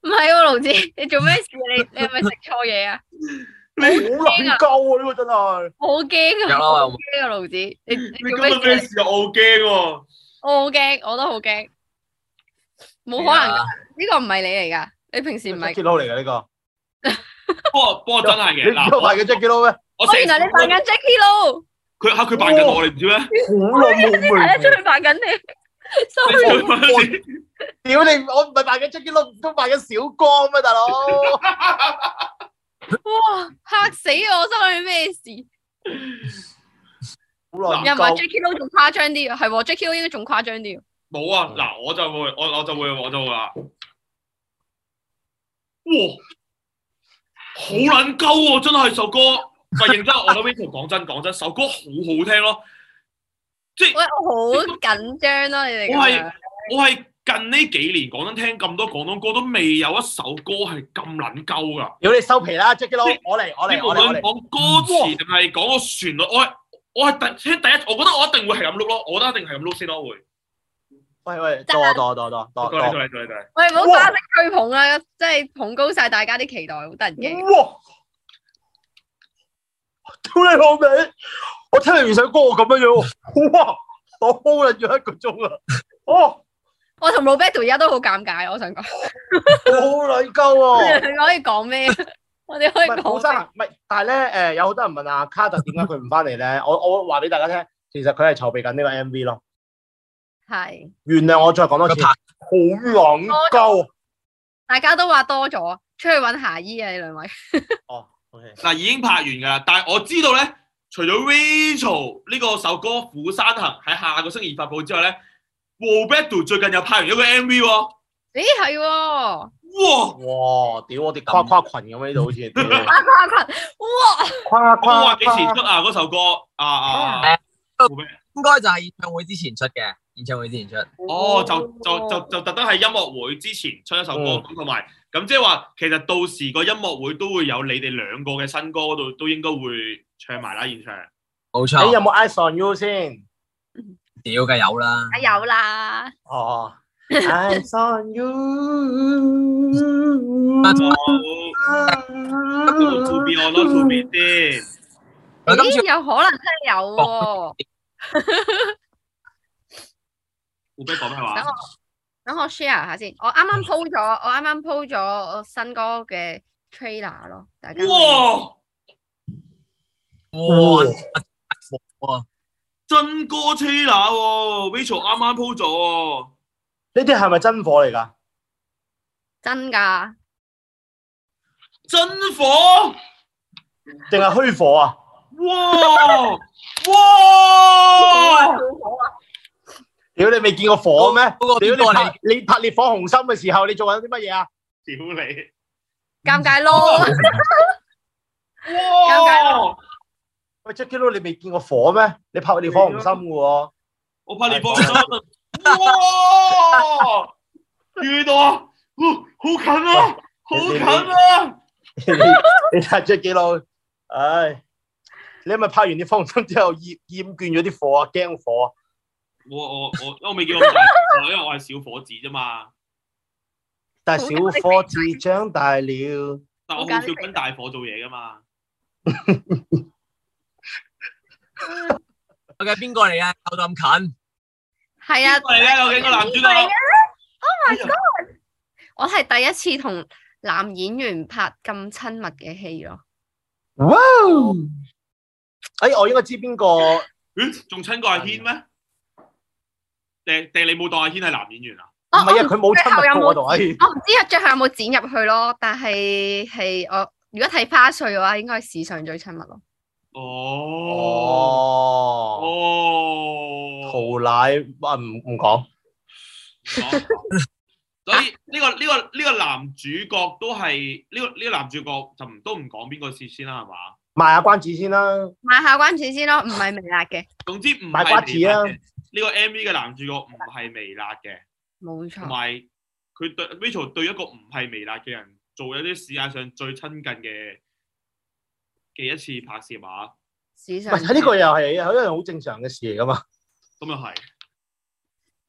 Speaker 4: 唔係喎，盧子，你做咩事？你你係咪食錯嘢啊？
Speaker 2: 好撚鳩啊！呢個真係。
Speaker 4: 我好驚
Speaker 3: 有
Speaker 4: 啊！
Speaker 3: 啦
Speaker 4: 我好
Speaker 3: 有
Speaker 4: 驚啊，盧子，你
Speaker 1: 你
Speaker 4: 你
Speaker 1: 今
Speaker 4: 做咩
Speaker 1: 日咩
Speaker 4: 事？
Speaker 1: 事啊？我好驚喎！
Speaker 4: 我好驚，我都好驚，冇可能㗎，
Speaker 3: 啊
Speaker 4: 呢個唔係你嚟㗎，你平時唔係
Speaker 2: Jackie。Lou 嚟嘅呢個，
Speaker 1: 不過不過真係
Speaker 2: 你
Speaker 1: 嘅
Speaker 2: 唔
Speaker 1: 嗱，
Speaker 2: 係嘅
Speaker 1: 我
Speaker 2: Jackie Lou 咩？
Speaker 1: 我
Speaker 4: 哦，
Speaker 1: 成
Speaker 4: 原來你扮緊 Jackie Lou，
Speaker 1: 佢嚇佢扮緊我，你唔知咩？
Speaker 2: 好耐冇
Speaker 4: 睇得出
Speaker 2: 回
Speaker 4: 佢扮緊你。
Speaker 1: 你
Speaker 4: sorry，
Speaker 1: 做乜事
Speaker 2: 屌你，我唔係扮緊 Jackie Lou，唔通扮緊小光咩，大佬？
Speaker 4: 哇，嚇死我！心裏咩事？又
Speaker 2: 好耐
Speaker 4: 唔係
Speaker 2: 冇
Speaker 4: Jackie Lou 仲誇張啲，係喎 Jackie Lou 應該仲誇張啲。
Speaker 1: 冇啊！
Speaker 2: 嗯
Speaker 1: 嗱，我就會我我就會我就會話，哇，好撚鳩喎！真係首歌，唔係認真，我諗 Rachel 講真講真，首歌好好聽
Speaker 2: (laughs)
Speaker 1: 咯。即係
Speaker 4: 喂，我好緊張咯，你哋咁
Speaker 1: 我係
Speaker 4: 樣。
Speaker 1: 我係近呢幾年講真聽咁多廣東歌，都未有一首歌係咁撚鳩㗎。
Speaker 2: 屌你收皮啦，Jackie Lou，我嚟我
Speaker 1: 你
Speaker 2: 嚟
Speaker 1: 無
Speaker 2: 我嚟我
Speaker 1: 論
Speaker 2: 嚟，
Speaker 1: 講歌詞定係講個旋律，我係我係第聽第一，我覺得我一定會係咁碌咯，我覺得一定係咁碌先咯，會。
Speaker 2: 喂喂，多多多多多
Speaker 1: 你
Speaker 2: 多，
Speaker 1: 你你你你。
Speaker 4: 喂，唔好花式吹捧啦，即係捧高晒大家啲期待，好得人驚。
Speaker 2: 哇！屌你老味，我聽完首歌我咁樣樣，哇！我 hold 撚咗一個鐘啊！哦，
Speaker 4: 我同 Roberto 而家都好尷尬，我想講，
Speaker 2: 好撚鳩
Speaker 4: (laughs)
Speaker 2: 啊喎！
Speaker 4: 你可以講咩？我哋可以
Speaker 2: 哦唔係好
Speaker 4: 講
Speaker 2: 生啊
Speaker 4: 咩。
Speaker 2: 行，唔係，但係咧誒，有好多人問啊，卡特點解佢唔翻嚟咧？我我話俾大家聽，其實佢係籌備緊呢個 MV 咯。
Speaker 4: 係，
Speaker 2: 原諒我再講多次，
Speaker 3: 佢
Speaker 2: 好
Speaker 3: 拍
Speaker 2: 撚鳩。啊
Speaker 4: 大家都話多咗，出去揾霞姨啊！你兩位
Speaker 2: 哦，OK，
Speaker 1: 嗱，已經拍完㗎啦，但係我知道咧，除咗 Rachel 呢個首歌《釜山行》喺下個星期二發布之外咧 w o b e t o 最近又拍完一個 MV 喎，
Speaker 4: 咦係喎，
Speaker 1: 哇！
Speaker 2: 哇！屌我哋跨跨群咁樣呢度好似，
Speaker 4: (laughs)
Speaker 2: 屌
Speaker 4: 跨群，哇！
Speaker 2: 跨
Speaker 1: 我話
Speaker 2: 跨
Speaker 1: 幾時
Speaker 2: 跨
Speaker 1: 出啊？嗰首歌啊啊啊！
Speaker 3: 應該就係演唱會之前出嘅，演唱會之前出。
Speaker 1: 哦，就就就就特登喺音樂會之前出一首歌，
Speaker 2: 嗯
Speaker 1: 咁同埋咁即係話，其實到時個音樂會都會有你哋兩個嘅新歌嗰度，都應該會唱埋啦現場。
Speaker 3: 冇錯
Speaker 2: 你，有冇 Eyes on You 先？
Speaker 3: 屌梗係有啦。
Speaker 2: 哎
Speaker 4: 啊有啦，
Speaker 2: 哦，Eyes on You。
Speaker 1: 好，To be or not to be 先。
Speaker 3: 我今次
Speaker 4: 咦有可能真係有
Speaker 1: à.
Speaker 4: 喎，
Speaker 1: w o b e t o 講咩話
Speaker 4: 等？我等我 share 下先，
Speaker 1: Ờ,
Speaker 4: 我啱啱 po 咗，我啱啱 po 咗我新歌嘅 trailer 咯，大家可以
Speaker 1: 哇！
Speaker 2: Ừ.
Speaker 3: 哇，哦
Speaker 1: 真歌 Taylor 喎，Rachel 啱啱 po 咗喎，
Speaker 2: 呢啲係咪真火嚟㗎？
Speaker 4: 真㗎，
Speaker 1: 真火，
Speaker 2: 定係虛火啊？
Speaker 1: 哇哇！
Speaker 2: 屌你未見過火咩？
Speaker 3: 嗰個
Speaker 2: 屌
Speaker 3: 邊個
Speaker 2: 你拍
Speaker 3: 嚟？
Speaker 2: 你拍烈火紅心嘅時候，你做緊啲乜嘢啊？
Speaker 1: 屌你，
Speaker 4: 尷尬
Speaker 2: (laughs)
Speaker 4: 咯，尷
Speaker 1: 哇！
Speaker 2: 喂 Jacky Lou，你未見過火咩？你拍烈火紅心嘅 (laughs) 喎，
Speaker 1: 我拍你放心，哇！遇到啊，好近啊，好近啊！
Speaker 2: 你睇 Jacky Lou，唉，你係咪拍完啲火紅心之後厭厭倦咗啲火啊？驚火啊？
Speaker 1: 我我我，因為我未見過咁大火，因為我係小伙子啫嘛。
Speaker 2: 但係小伙子長大了，
Speaker 1: 但我好少跟大火做嘢噶嘛。
Speaker 3: 究竟邊個嚟啊？靠到咁近，
Speaker 4: 係啊
Speaker 1: 邊，個嚟咧？究竟個男主角？
Speaker 4: 邊個嚟啊
Speaker 1: Oh my god！
Speaker 4: 我係第一次同男演員拍咁親密嘅戲咯，
Speaker 2: 哇！哎，我應該知邊個？
Speaker 1: 咦？仲親過阿軒咩？定定你冇當阿軒係男演員啊？
Speaker 2: 唔
Speaker 4: 哦
Speaker 2: 係啊，
Speaker 4: 我唔
Speaker 2: 佢冇親密過我哎同阿
Speaker 4: 我唔知啊，最後有冇剪入去咯，但係係
Speaker 1: ờ,
Speaker 4: 我如果睇花絮嘅話，應該係史上最親密咯。
Speaker 1: 哦
Speaker 2: 哦，
Speaker 1: 哦，
Speaker 2: (laughs) 陶奶啊，唔唔講，
Speaker 1: 所以呢、個呢、個呢、個男主角都係呢、個呢、個男主角就唔都唔講邊個事先啦，係嘛？
Speaker 2: 賣下關子先啦，
Speaker 4: 賣下關子
Speaker 2: (laughs)
Speaker 4: 先咯，唔係微辣嘅，
Speaker 1: 總之唔
Speaker 2: 賣
Speaker 1: 係
Speaker 2: 瓜子啊
Speaker 1: 微辣嘅呢個 M V 嘅男主角唔係微辣嘅，
Speaker 4: 冇
Speaker 1: 同
Speaker 4: 錯，
Speaker 1: 埋佢對 Rachel 對一個唔係微辣嘅人做一啲世界上最親近嘅嘅一次拍攝啊，
Speaker 4: 史
Speaker 2: 唔
Speaker 4: 上
Speaker 2: 係呢個又係一樣好正常嘅事嚟噶嘛。
Speaker 1: 咁又係。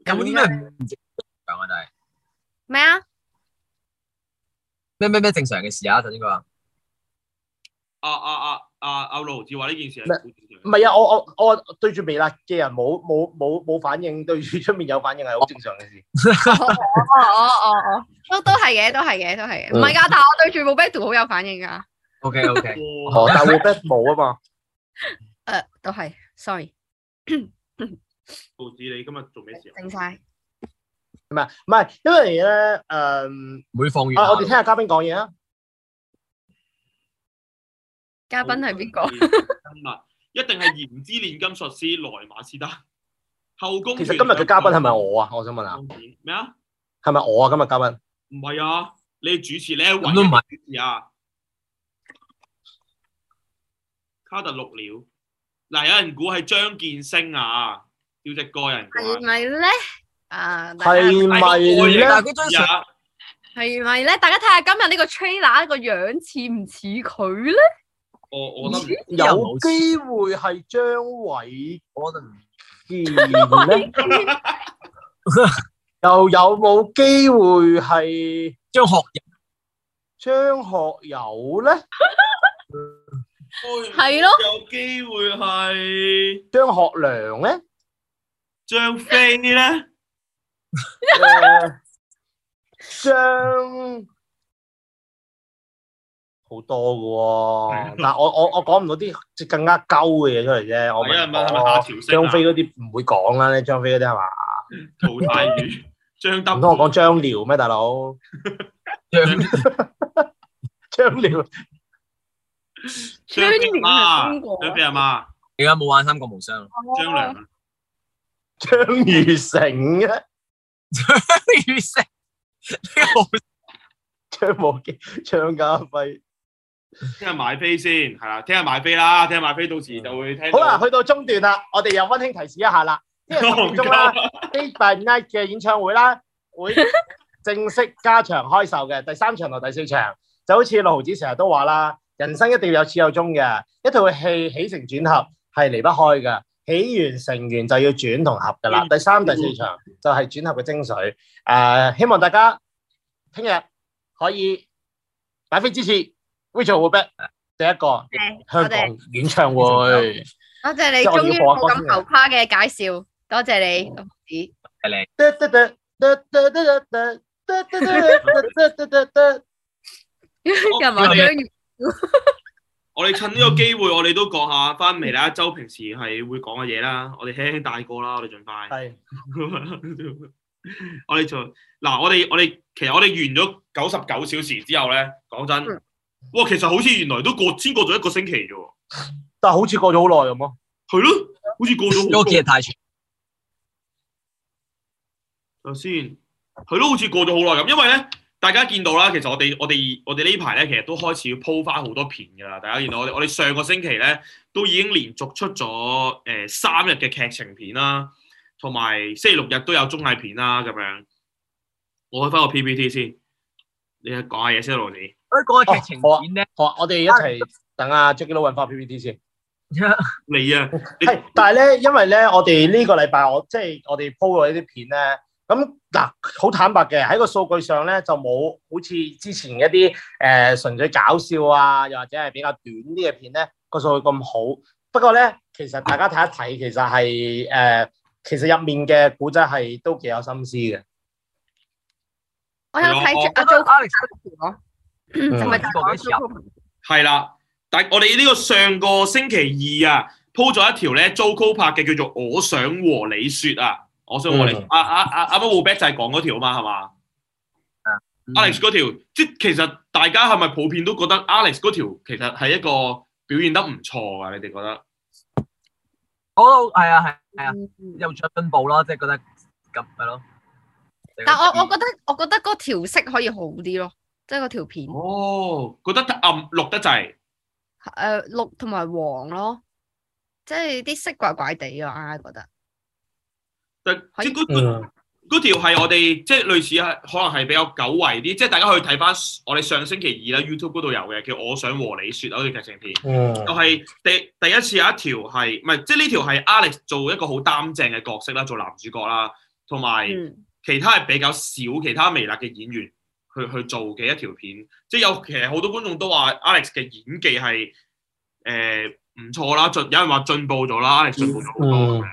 Speaker 3: 有冇啲咩唔正常啊？但係
Speaker 4: 咩啊？
Speaker 3: 咩咩咩正常嘅事啊？頭先佢話
Speaker 1: 阿阿阿阿阿盧志話呢件事係
Speaker 2: 咩
Speaker 1: 好正常
Speaker 2: 唔係啊，我我我對住微辣嘅人冇冇冇冇反應，對住出面有反應係好正常 (laughs) 嘅事。
Speaker 4: 哦哦哦哦，都都係嘅，都係嘅，都係嘅。唔係㗎，但係我對住 Roberto 好有反應㗎。
Speaker 3: (laughs) OK OK，
Speaker 1: 嘅。
Speaker 2: 哦，但係 w b 冇啊嘛，
Speaker 4: 誒，都係，sorry， (coughs)
Speaker 1: 報紙你今日做咩事啊？
Speaker 4: 整晒。
Speaker 2: 唔係啊唔係，因為咧誒、
Speaker 3: 每放完
Speaker 2: 啊，我
Speaker 3: 下
Speaker 2: 哋聽下嘉賓講嘢啊。
Speaker 4: 嘉賓係邊個？
Speaker 1: 今日一定係言之煉金術師萊馬斯德。後宮
Speaker 2: 其實今日嘅嘉賓係咪我啊？我想問下，
Speaker 1: 咪咩啊？
Speaker 2: 係咪我啊？今日嘉賓
Speaker 1: 唔係啊，你係主持，你係唯
Speaker 3: 咁都唔係
Speaker 1: 一主持啊。卡特六了，嗱有人估係張建升啊，要隻個人
Speaker 4: 係
Speaker 1: 啩
Speaker 4: 咪咧？啊，大家
Speaker 2: 係咪咧？
Speaker 3: 但係嗰張相
Speaker 1: 呀
Speaker 4: 係咪咧？大家睇下今日呢個 trailer 個樣似唔似佢咧？
Speaker 1: 我我覺得唔
Speaker 2: 有機會係張偉
Speaker 1: (laughs)
Speaker 3: 我覺得唔
Speaker 2: 健咧，又有冇機會係
Speaker 3: 張學友
Speaker 2: 張學友咧？
Speaker 1: (laughs)
Speaker 4: 係咯，
Speaker 1: 有機會係
Speaker 2: 張學良咧？
Speaker 1: 張飛咧。
Speaker 2: 誒張好多
Speaker 1: 係
Speaker 2: 嘅
Speaker 1: 啊
Speaker 2: 喎，但係我我我講唔到啲即係更加鳩嘅嘢出嚟啫，我
Speaker 1: 係啊，
Speaker 2: 咪
Speaker 1: 咪係咪夏朝星
Speaker 2: 張
Speaker 1: 啊
Speaker 2: 飛？嗰啲唔會講啦，你張飛嗰啲係嘛？
Speaker 1: 陶太宇、張德
Speaker 2: 唔通我講
Speaker 1: 培
Speaker 2: 張遼咩，大佬？
Speaker 3: 張
Speaker 2: 張遼
Speaker 1: 張飛阿
Speaker 4: 張遼係邊個
Speaker 1: 媽、
Speaker 4: 啊
Speaker 1: 張飛阿媽、
Speaker 3: 而家冇玩三國無 (laughs) 雙，
Speaker 1: 張良啊，
Speaker 2: 張如成嘅
Speaker 3: 越食呢個好
Speaker 2: 張無忌、張家輝。
Speaker 1: 聽日買飛先，係啦，聽日買飛啦，聽日買飛，到時就會聽
Speaker 2: 好
Speaker 1: 到。
Speaker 2: 啦，去到中段啦，我哋又温馨提示一下啦，即係十點鐘
Speaker 1: 啊
Speaker 2: 啦。Big Bang Night 嘅演唱會啦，會正式加場開售嘅，第三場同第四場，就好似六毫子成日都話啦，人生一定要有始有終嘅，一套戲起承轉合係離不開嘅，起源成緣就要轉同合噶啦，第三、第四場就係轉合嘅精髓。誒、希望大家聽日可以買飛支持 Rachel w o o d 第一個
Speaker 4: 我
Speaker 2: 香
Speaker 4: 哋
Speaker 2: 港演唱會，
Speaker 4: 多謝你
Speaker 2: 即係我要
Speaker 4: 終於
Speaker 2: 播
Speaker 4: 冇
Speaker 2: 歌先
Speaker 4: 咁浮誇嘅介紹，多謝你，老子。
Speaker 3: 靚，
Speaker 2: 得得得得得得得得得得得得得。
Speaker 4: 又唔係張宇
Speaker 1: 啊我哋趁呢個機會，我哋都講下翻微辣一周平時係會講嘅嘢啦。我哋輕輕大個啦，我哋盡快。
Speaker 2: 係，
Speaker 1: (laughs) 我哋做嗱，我哋我哋其實我哋完咗九十九小時之後咧，講真
Speaker 4: 嗯，
Speaker 1: 哇，其實好似原來都過先過咗一個星期啫喎，
Speaker 2: 但係好似過咗好耐咁咯。
Speaker 1: 係咯，好似過咗好
Speaker 3: 都
Speaker 1: 多
Speaker 3: 幾日太長，
Speaker 1: 首先，係咯，好似過咗好耐咁，因為咧，大家見到啦，其實我哋我哋我哋呢排咧，其實都開始要鋪翻好多片㗎啦。大家見到我哋我哋上個星期咧，都已經連續出咗誒、呃三日嘅劇情片啦，同埋星期六日都有綜藝片啦咁樣。我開翻個 PPT 先，你講下嘢先啊，羅子。
Speaker 3: 所以講嘅劇情片咧，
Speaker 2: 好啊，我哋一齊等阿 Jackie 佬揾翻 PPT 先。
Speaker 1: 你啊，你
Speaker 2: 係，但係咧，因為咧，我哋呢個禮拜我即係我哋 po 過呢啲片咧，咁嗱好坦白嘅喺個數據上咧就冇好似之前一啲誒、呃、純粹搞笑啊，又或者係比較短啲嘅片咧個數據咁好。不過咧，其實大家睇一睇，其實係誒、呃其實入面嘅古仔係都幾有心思嘅。
Speaker 4: 我有睇
Speaker 1: 我
Speaker 4: 住
Speaker 3: 阿
Speaker 4: 阿
Speaker 2: 啊
Speaker 4: Jo
Speaker 3: Alex
Speaker 4: 咯，
Speaker 2: 嗯
Speaker 4: 就咪就係講 Jojo
Speaker 1: 係啦，但我哋呢個上個星期二啊，鋪咗一條咧 Jojo 拍嘅叫做《我想和你說》啊，我想和你
Speaker 2: 嗯
Speaker 1: 啊啊啊啊！乜 w b a c 就係講嗰條啊嘛，係嘛？Alex
Speaker 2: 嗯
Speaker 1: 嗰條，即其實大家係咪普遍都覺得 Alex 嗰條其實係一個表現得唔錯㗎？你哋覺得？
Speaker 3: 我都係啊係係啊，
Speaker 4: 嗯
Speaker 3: 有進步咯，即係覺得咁係咯。
Speaker 4: 但我我覺得我覺得嗰條色可以好啲咯，即係嗰條片
Speaker 1: 哦，覺得暗綠得滯，
Speaker 4: 诶綠同埋黃咯，即係啲色怪怪地啊，我硬係覺得
Speaker 1: 但即嗰嗰
Speaker 2: 嗯，
Speaker 1: 嗰條係我哋即係類似係可能係比較久違啲，即係大家可以睇翻我哋上星期二啦 YouTube 嗰度有嘅叫《我想和你說》嗰條劇情片。
Speaker 2: 嗯
Speaker 1: 就，係第第一次有一條係唔係即係呢條係 Alex 做一個好擔正嘅角色啦，做男主角啦，同埋
Speaker 4: 嗯
Speaker 1: 其他係比較少其他微辣嘅演員去去做嘅一條片，即係有其實好多觀眾都話 Alex 嘅演技係誒唔錯啦，進有人話進步咗啦，Alex 進步咗好多
Speaker 2: 嗯，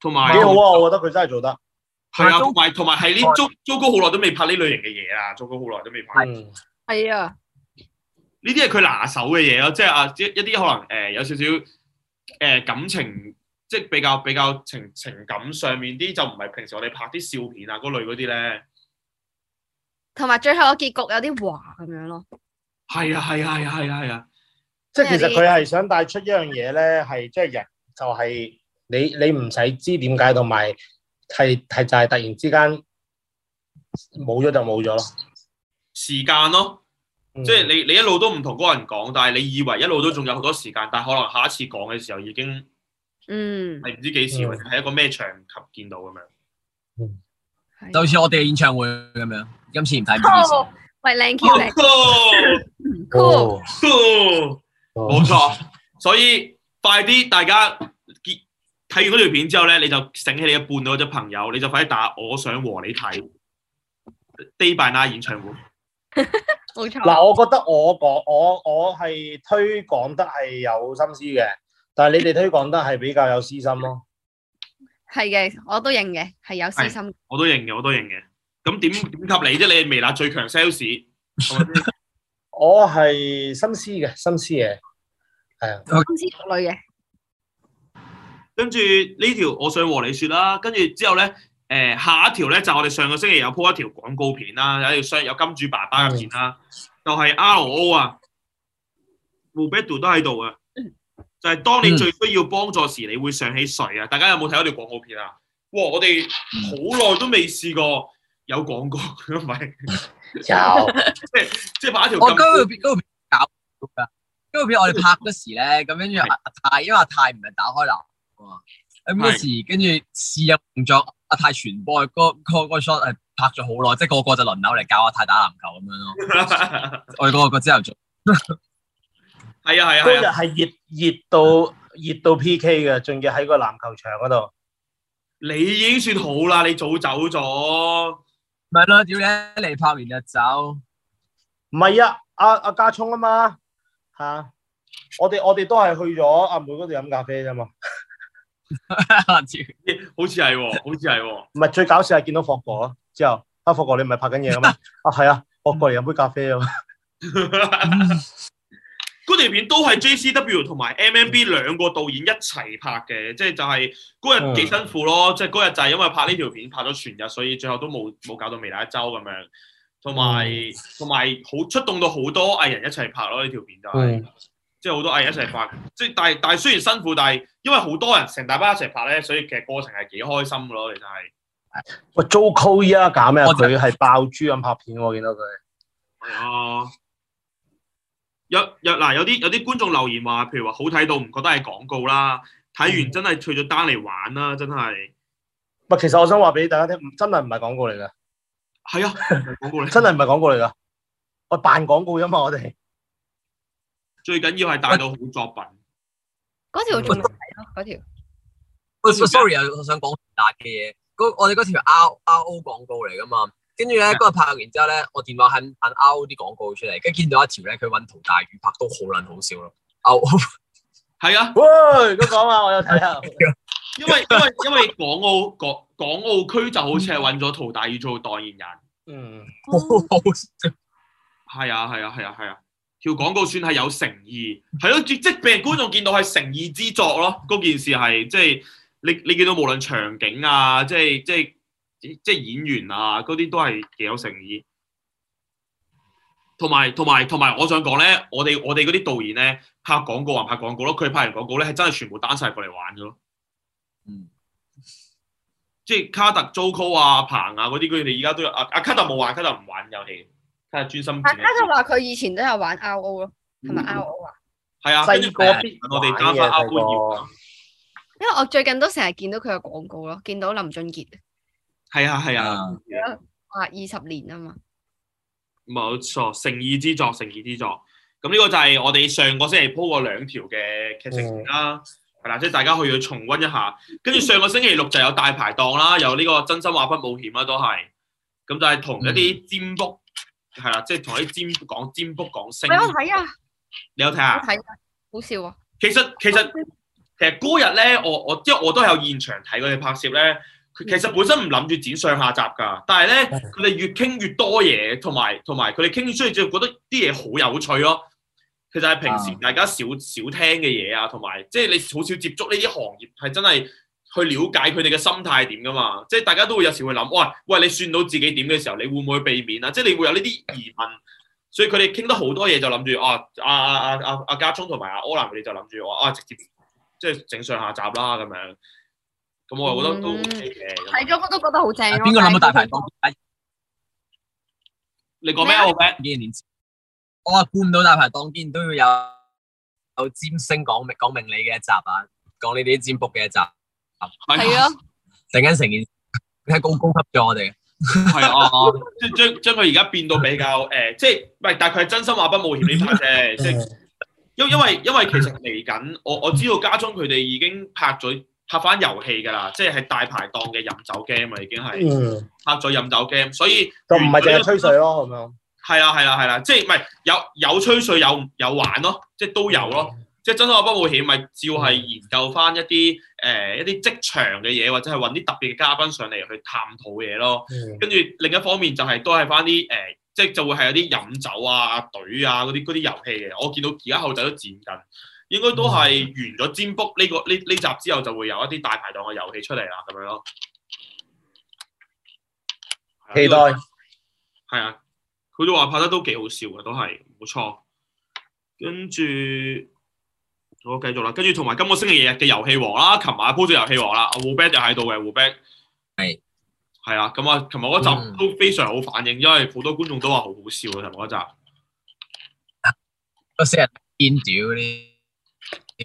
Speaker 1: 同
Speaker 2: 幾好
Speaker 1: 埋
Speaker 2: 啊！我覺得佢真係做得。
Speaker 1: 係啊，同埋同埋係呢糟糟糕好耐都未拍呢類型嘅嘢啦，糟糕好耐都未拍。
Speaker 2: 嗯
Speaker 4: 係啊，
Speaker 1: 呢啲係佢拿手嘅嘢咯，即係啊，即一啲可能誒、呃有少少誒、呃感情，即係比較比較情情感上面啲，就唔係平時我哋拍啲笑片啊嗰類嗰啲咧。
Speaker 4: 同埋最後個結局有啲華咁樣咯，
Speaker 1: 係啊係啊係啊係啊係啊，
Speaker 2: 即係其實佢係想帶出一樣嘢咧，係即係人就係、你你唔使知點解，同埋係係就係突然之間冇咗就冇咗咯。
Speaker 1: 時間咯，
Speaker 2: 嗯
Speaker 1: 即係你你一路都唔同嗰個人講，但係你以為一路都仲有好多時間，但係可能下一次講嘅時候已經
Speaker 4: 嗯
Speaker 1: 係唔知幾時，
Speaker 2: 嗯
Speaker 1: 或者係一個咩場合見到咁樣。
Speaker 4: 係
Speaker 3: 就好似我哋演唱會咁樣，今次唔睇唔好意
Speaker 4: 哦
Speaker 3: 思。
Speaker 4: 喂靚 Q 靚
Speaker 1: 哦
Speaker 4: cool。
Speaker 1: 哦
Speaker 2: 哦
Speaker 1: (laughs) 冇錯，所以快啲大家結睇完嗰條片之後咧，你就醒起你嘅伴侶或者朋友，你就快啲打我想和你睇 Day by Night 演唱會。
Speaker 4: 冇錯，
Speaker 2: 嗱，我覺得我講我我係推廣得係有心思嘅，但係你哋推廣得係比較有私心咯。
Speaker 4: 係嘅，我都認嘅，係有私心。
Speaker 1: 我都認嘅，我都認嘅。咁點點及你啫？你係微辣最強 sales，係咪先
Speaker 2: 我係心思嘅，心思 (laughs) 嘅，係啊，
Speaker 4: 公司女嘅，
Speaker 1: 跟住呢條我想和你説啦，跟住之後咧，誒、下一條咧就係我哋上個星期有 po 一條廣告片啦，有一條商有金主爸爸嘅片啦，就係 R O 啊 w b e d o 都喺度啊，就係、當你最需要幫助時，你會想起誰啊？大家有冇睇嗰條廣告片啊？哇！我哋好耐都未試過有廣告，唔係 (laughs)
Speaker 2: 有
Speaker 1: 即係拍一條
Speaker 3: 我嗰
Speaker 1: 咁
Speaker 3: 個片嗰個片搞㗎，嗰個片我哋拍嗰時咧，咁跟住阿阿泰，因為阿泰唔係打開流啊，咁嗰時跟住試入動作，阿泰傳波，嗰嗰嗰 shot 係拍咗好耐，即係個個就輪流嚟教阿泰打籃球咁樣咯。我哋嗰個個朝頭早，
Speaker 1: (laughs) 係啊係啊
Speaker 2: 嗰日
Speaker 1: 係啊！
Speaker 2: 係熱熱到熱到 P.K. 嘅，仲要喺個籃球場嗰度。
Speaker 1: 你已經算好啦，你早走咗。
Speaker 3: 咪咯，屌你一嚟拍完就走， (laughs)
Speaker 2: 唔係啊，阿阿家聰啊嘛嚇、我哋我哋都係去咗阿妹嗰度飲咖啡啫嘛。
Speaker 3: 屌
Speaker 1: 好似係喎，好似係喎。
Speaker 2: 唔係最搞笑係見到霍哥咯，之後啊霍哥你唔
Speaker 1: (laughs)
Speaker 2: 係拍緊嘢嘅咩？啊係啊，我過嚟飲杯咖啡啊。
Speaker 1: 嗰嗰條片都係 JCW 同埋 MMB 兩個導演一齊拍嘅，即係就係嗰日幾辛苦咯，即係嗰日就係因為拍呢條片拍咗全日，所以最後都冇冇搞到微辣一周咁樣，同埋同埋好出動到好多藝人一齊拍咯呢條片就係、
Speaker 2: 嗯
Speaker 1: 即係好多藝人一齊拍，即係但係但係雖然辛苦，但係因為好多人成大班一齊拍咧，所以其實過程係幾開心嘅咯，其實係。
Speaker 2: 喂，Jo Co 依家搞咩啊？
Speaker 3: 我就
Speaker 2: 佢係爆珠咁拍片喎，我見到佢。
Speaker 1: 係啊，有有嗱，有啲有啲觀眾留言話，譬如話好睇到唔覺得係廣告啦，睇完真係除咗單嚟玩啦，真係
Speaker 2: 喂，其實我想話俾大家聽，唔真係唔係廣告嚟嘅，
Speaker 1: 係啊，廣告嚟。
Speaker 2: 真係唔係廣告嚟噶。我扮廣告啫嘛，
Speaker 1: (laughs)
Speaker 2: 我哋
Speaker 1: 最緊要係帶到好作品。
Speaker 4: 嗰條
Speaker 2: 嗯
Speaker 4: 仲好睇咯，嗰條
Speaker 3: 喂，sorry 啊，我想講辣嘅嘢。嗰我哋嗰條 R R O 廣告嚟噶嘛，跟住咧嗰日拍完之後咧，我電話係咁彈 R O 啲廣告出嚟，跟住見到一條咧，佢揾陶大宇拍都好撚好笑咯。R O
Speaker 1: 係啊，
Speaker 2: 喂都講啊，我有睇啊。
Speaker 1: 因為因為因為港澳港港澳區就好似係揾咗陶大宇做代言人。
Speaker 2: 嗯，
Speaker 3: (laughs) 好好笑，
Speaker 1: 係啊係啊係啊係啊，條廣告算係有誠意，係咯，即即俾人觀眾見到係誠意之作咯。嗰件事係即係你你見到無論場景啊，即係即係即即係演員啊，嗰啲都係幾有誠意。同埋同埋同埋，我想講咧，我哋我哋嗰啲導演咧拍廣告還拍廣告咯，佢拍完廣告咧係真係全部單晒過嚟玩嘅咯。
Speaker 3: 嗯，
Speaker 1: 即係卡特、Joco 啊、彭啊嗰啲，佢哋而家都有。阿、阿卡特冇玩，卡特唔玩遊戲，卡特專心
Speaker 4: 但
Speaker 1: 剪
Speaker 4: 係啊卡就話佢以前都有玩 R O 咯，係咪 R O 啊？
Speaker 1: 係啊，跟住
Speaker 2: 細個必
Speaker 1: 我哋加翻阿潘
Speaker 2: 玩嘅
Speaker 1: 耀
Speaker 2: 細
Speaker 1: 啊
Speaker 2: 個。
Speaker 4: 因為我最近都成日見到佢嘅廣告咯，見到林俊傑
Speaker 1: 係啊係啊，
Speaker 3: 啊，
Speaker 4: 話二十年啊嘛，
Speaker 1: 冇錯，誠意之作，誠意之作。咁呢個就係我哋上個星期鋪過兩條嘅劇情片
Speaker 2: 嗯
Speaker 1: 啦，係啦，即係大家去咗重温一下。跟住上個星期六就有大排檔啦，有呢個真心話不冒險啦，都係。咁就係同一
Speaker 2: 嗯
Speaker 1: 啲占卜，係啦，即係同一啲占講占卜講星
Speaker 4: 我。有睇啊，
Speaker 1: 你有睇
Speaker 4: 我
Speaker 1: 啊？
Speaker 4: 睇啊，好笑啊！
Speaker 1: 其實其實其實嗰日咧，我我即係我都有現場睇佢哋拍攝咧。佢其實本身唔諗住剪上下集㗎，但係咧佢哋越傾越多嘢，同埋同埋佢哋傾出嚟之後，覺得啲嘢好有趣咯。其實係平時
Speaker 3: 啊
Speaker 1: 大家少少聽嘅嘢啊，同埋即係你好少接觸呢啲行業，係真係去了解佢哋嘅心態點㗎嘛。即係大家都會有時會諗，喂喂，你算到自己點嘅時候，你會唔會避免啊？即係你會有呢啲疑問。所以佢哋傾得好多嘢就諗住啊啊啊啊啊家聰同埋阿柯南佢哋就諗住話啊直接即係整上下集啦咁樣。咁我又覺得都
Speaker 4: 嗯
Speaker 1: OK 嘅。咁
Speaker 4: 睇咗我都覺得好正咯。
Speaker 3: 邊個諗到大排
Speaker 1: 啊
Speaker 3: 檔？
Speaker 1: 你講咩啊？我咩？
Speaker 3: 幾年前，我話估唔到大排檔竟然都要有有占星講明講明理嘅一集啊，講呢啲占卜嘅一集，
Speaker 4: 係啊，
Speaker 3: 突然間成件事 (laughs) 係高高級咗我哋。
Speaker 1: 係啊，即係將將佢而家變到比較誒、即係唔係？但係佢係真心話不冒險呢 part
Speaker 2: (laughs)
Speaker 1: 啫，即係
Speaker 2: 嗯
Speaker 1: 因因為因為其實嚟緊，我我知道家中佢哋已經拍咗拍翻遊戲㗎啦，即係係大排檔嘅飲酒 game 啊，已經係
Speaker 2: 嗯，
Speaker 1: 拍咗飲酒 game，所以
Speaker 2: 就唔係淨係吹水咯，咁樣。
Speaker 1: 係啦係啦係啦，即係唔係有有吹水有有玩咯，即係都有
Speaker 2: 嗯
Speaker 1: 咯。。即係真心話不冒險，咪照係研究翻一啲誒、一啲職場嘅嘢，或者係揾啲特別嘅嘉賓上嚟去探討嘢咯。
Speaker 2: 嗯。
Speaker 1: 跟住另一方面就係都係翻啲誒，呃即係就會係有啲飲酒啊、隊啊嗰啲嗰啲遊戲嘅。我見到而家後仔都剪緊，應該都係
Speaker 2: 嗯
Speaker 1: 完咗占卜呢、個呢呢集之後就會有一啲大排檔嘅遊戲出嚟啦，咁樣咯。啊
Speaker 2: 期待。
Speaker 1: 係啊，佢都話拍得都幾好笑啊嘅，都係冇錯。跟住我繼續啦，跟住同埋今個星期日嘅遊戲王啦，琴晚鋪咗遊戲王啦，胡 b 就喺度嘅，胡 b
Speaker 3: 係
Speaker 1: 係啦，咁啊，琴日嗰集
Speaker 3: 嗯
Speaker 1: 都非常好反應，因為好多觀眾都話好好笑啊，琴日嗰集。
Speaker 3: 嗰死人堅屌嗰啲，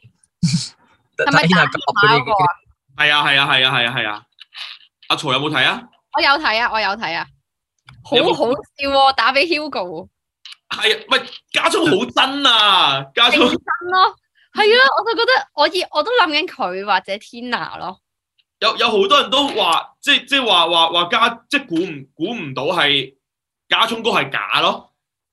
Speaker 4: 係咪
Speaker 3: 真係急
Speaker 4: 買
Speaker 3: 嗰
Speaker 4: 嗰個
Speaker 3: 啲
Speaker 4: 啊？
Speaker 1: 係啊，係啊，係啊，係啊，係啊。阿曹有冇睇啊？
Speaker 4: 我有睇啊，我有睇啊，好
Speaker 1: 你有冇
Speaker 4: 好笑喎！打俾 Hugo，
Speaker 1: 係啊，喂，家聰好真啊，家
Speaker 4: 認
Speaker 1: 聰
Speaker 4: 真咯，係啊，我就覺得我以我都諗緊佢或者 Tina 咯，
Speaker 1: 有有好多人都話，即係即係話話話家，即係估唔估唔到係家聰哥係假咯。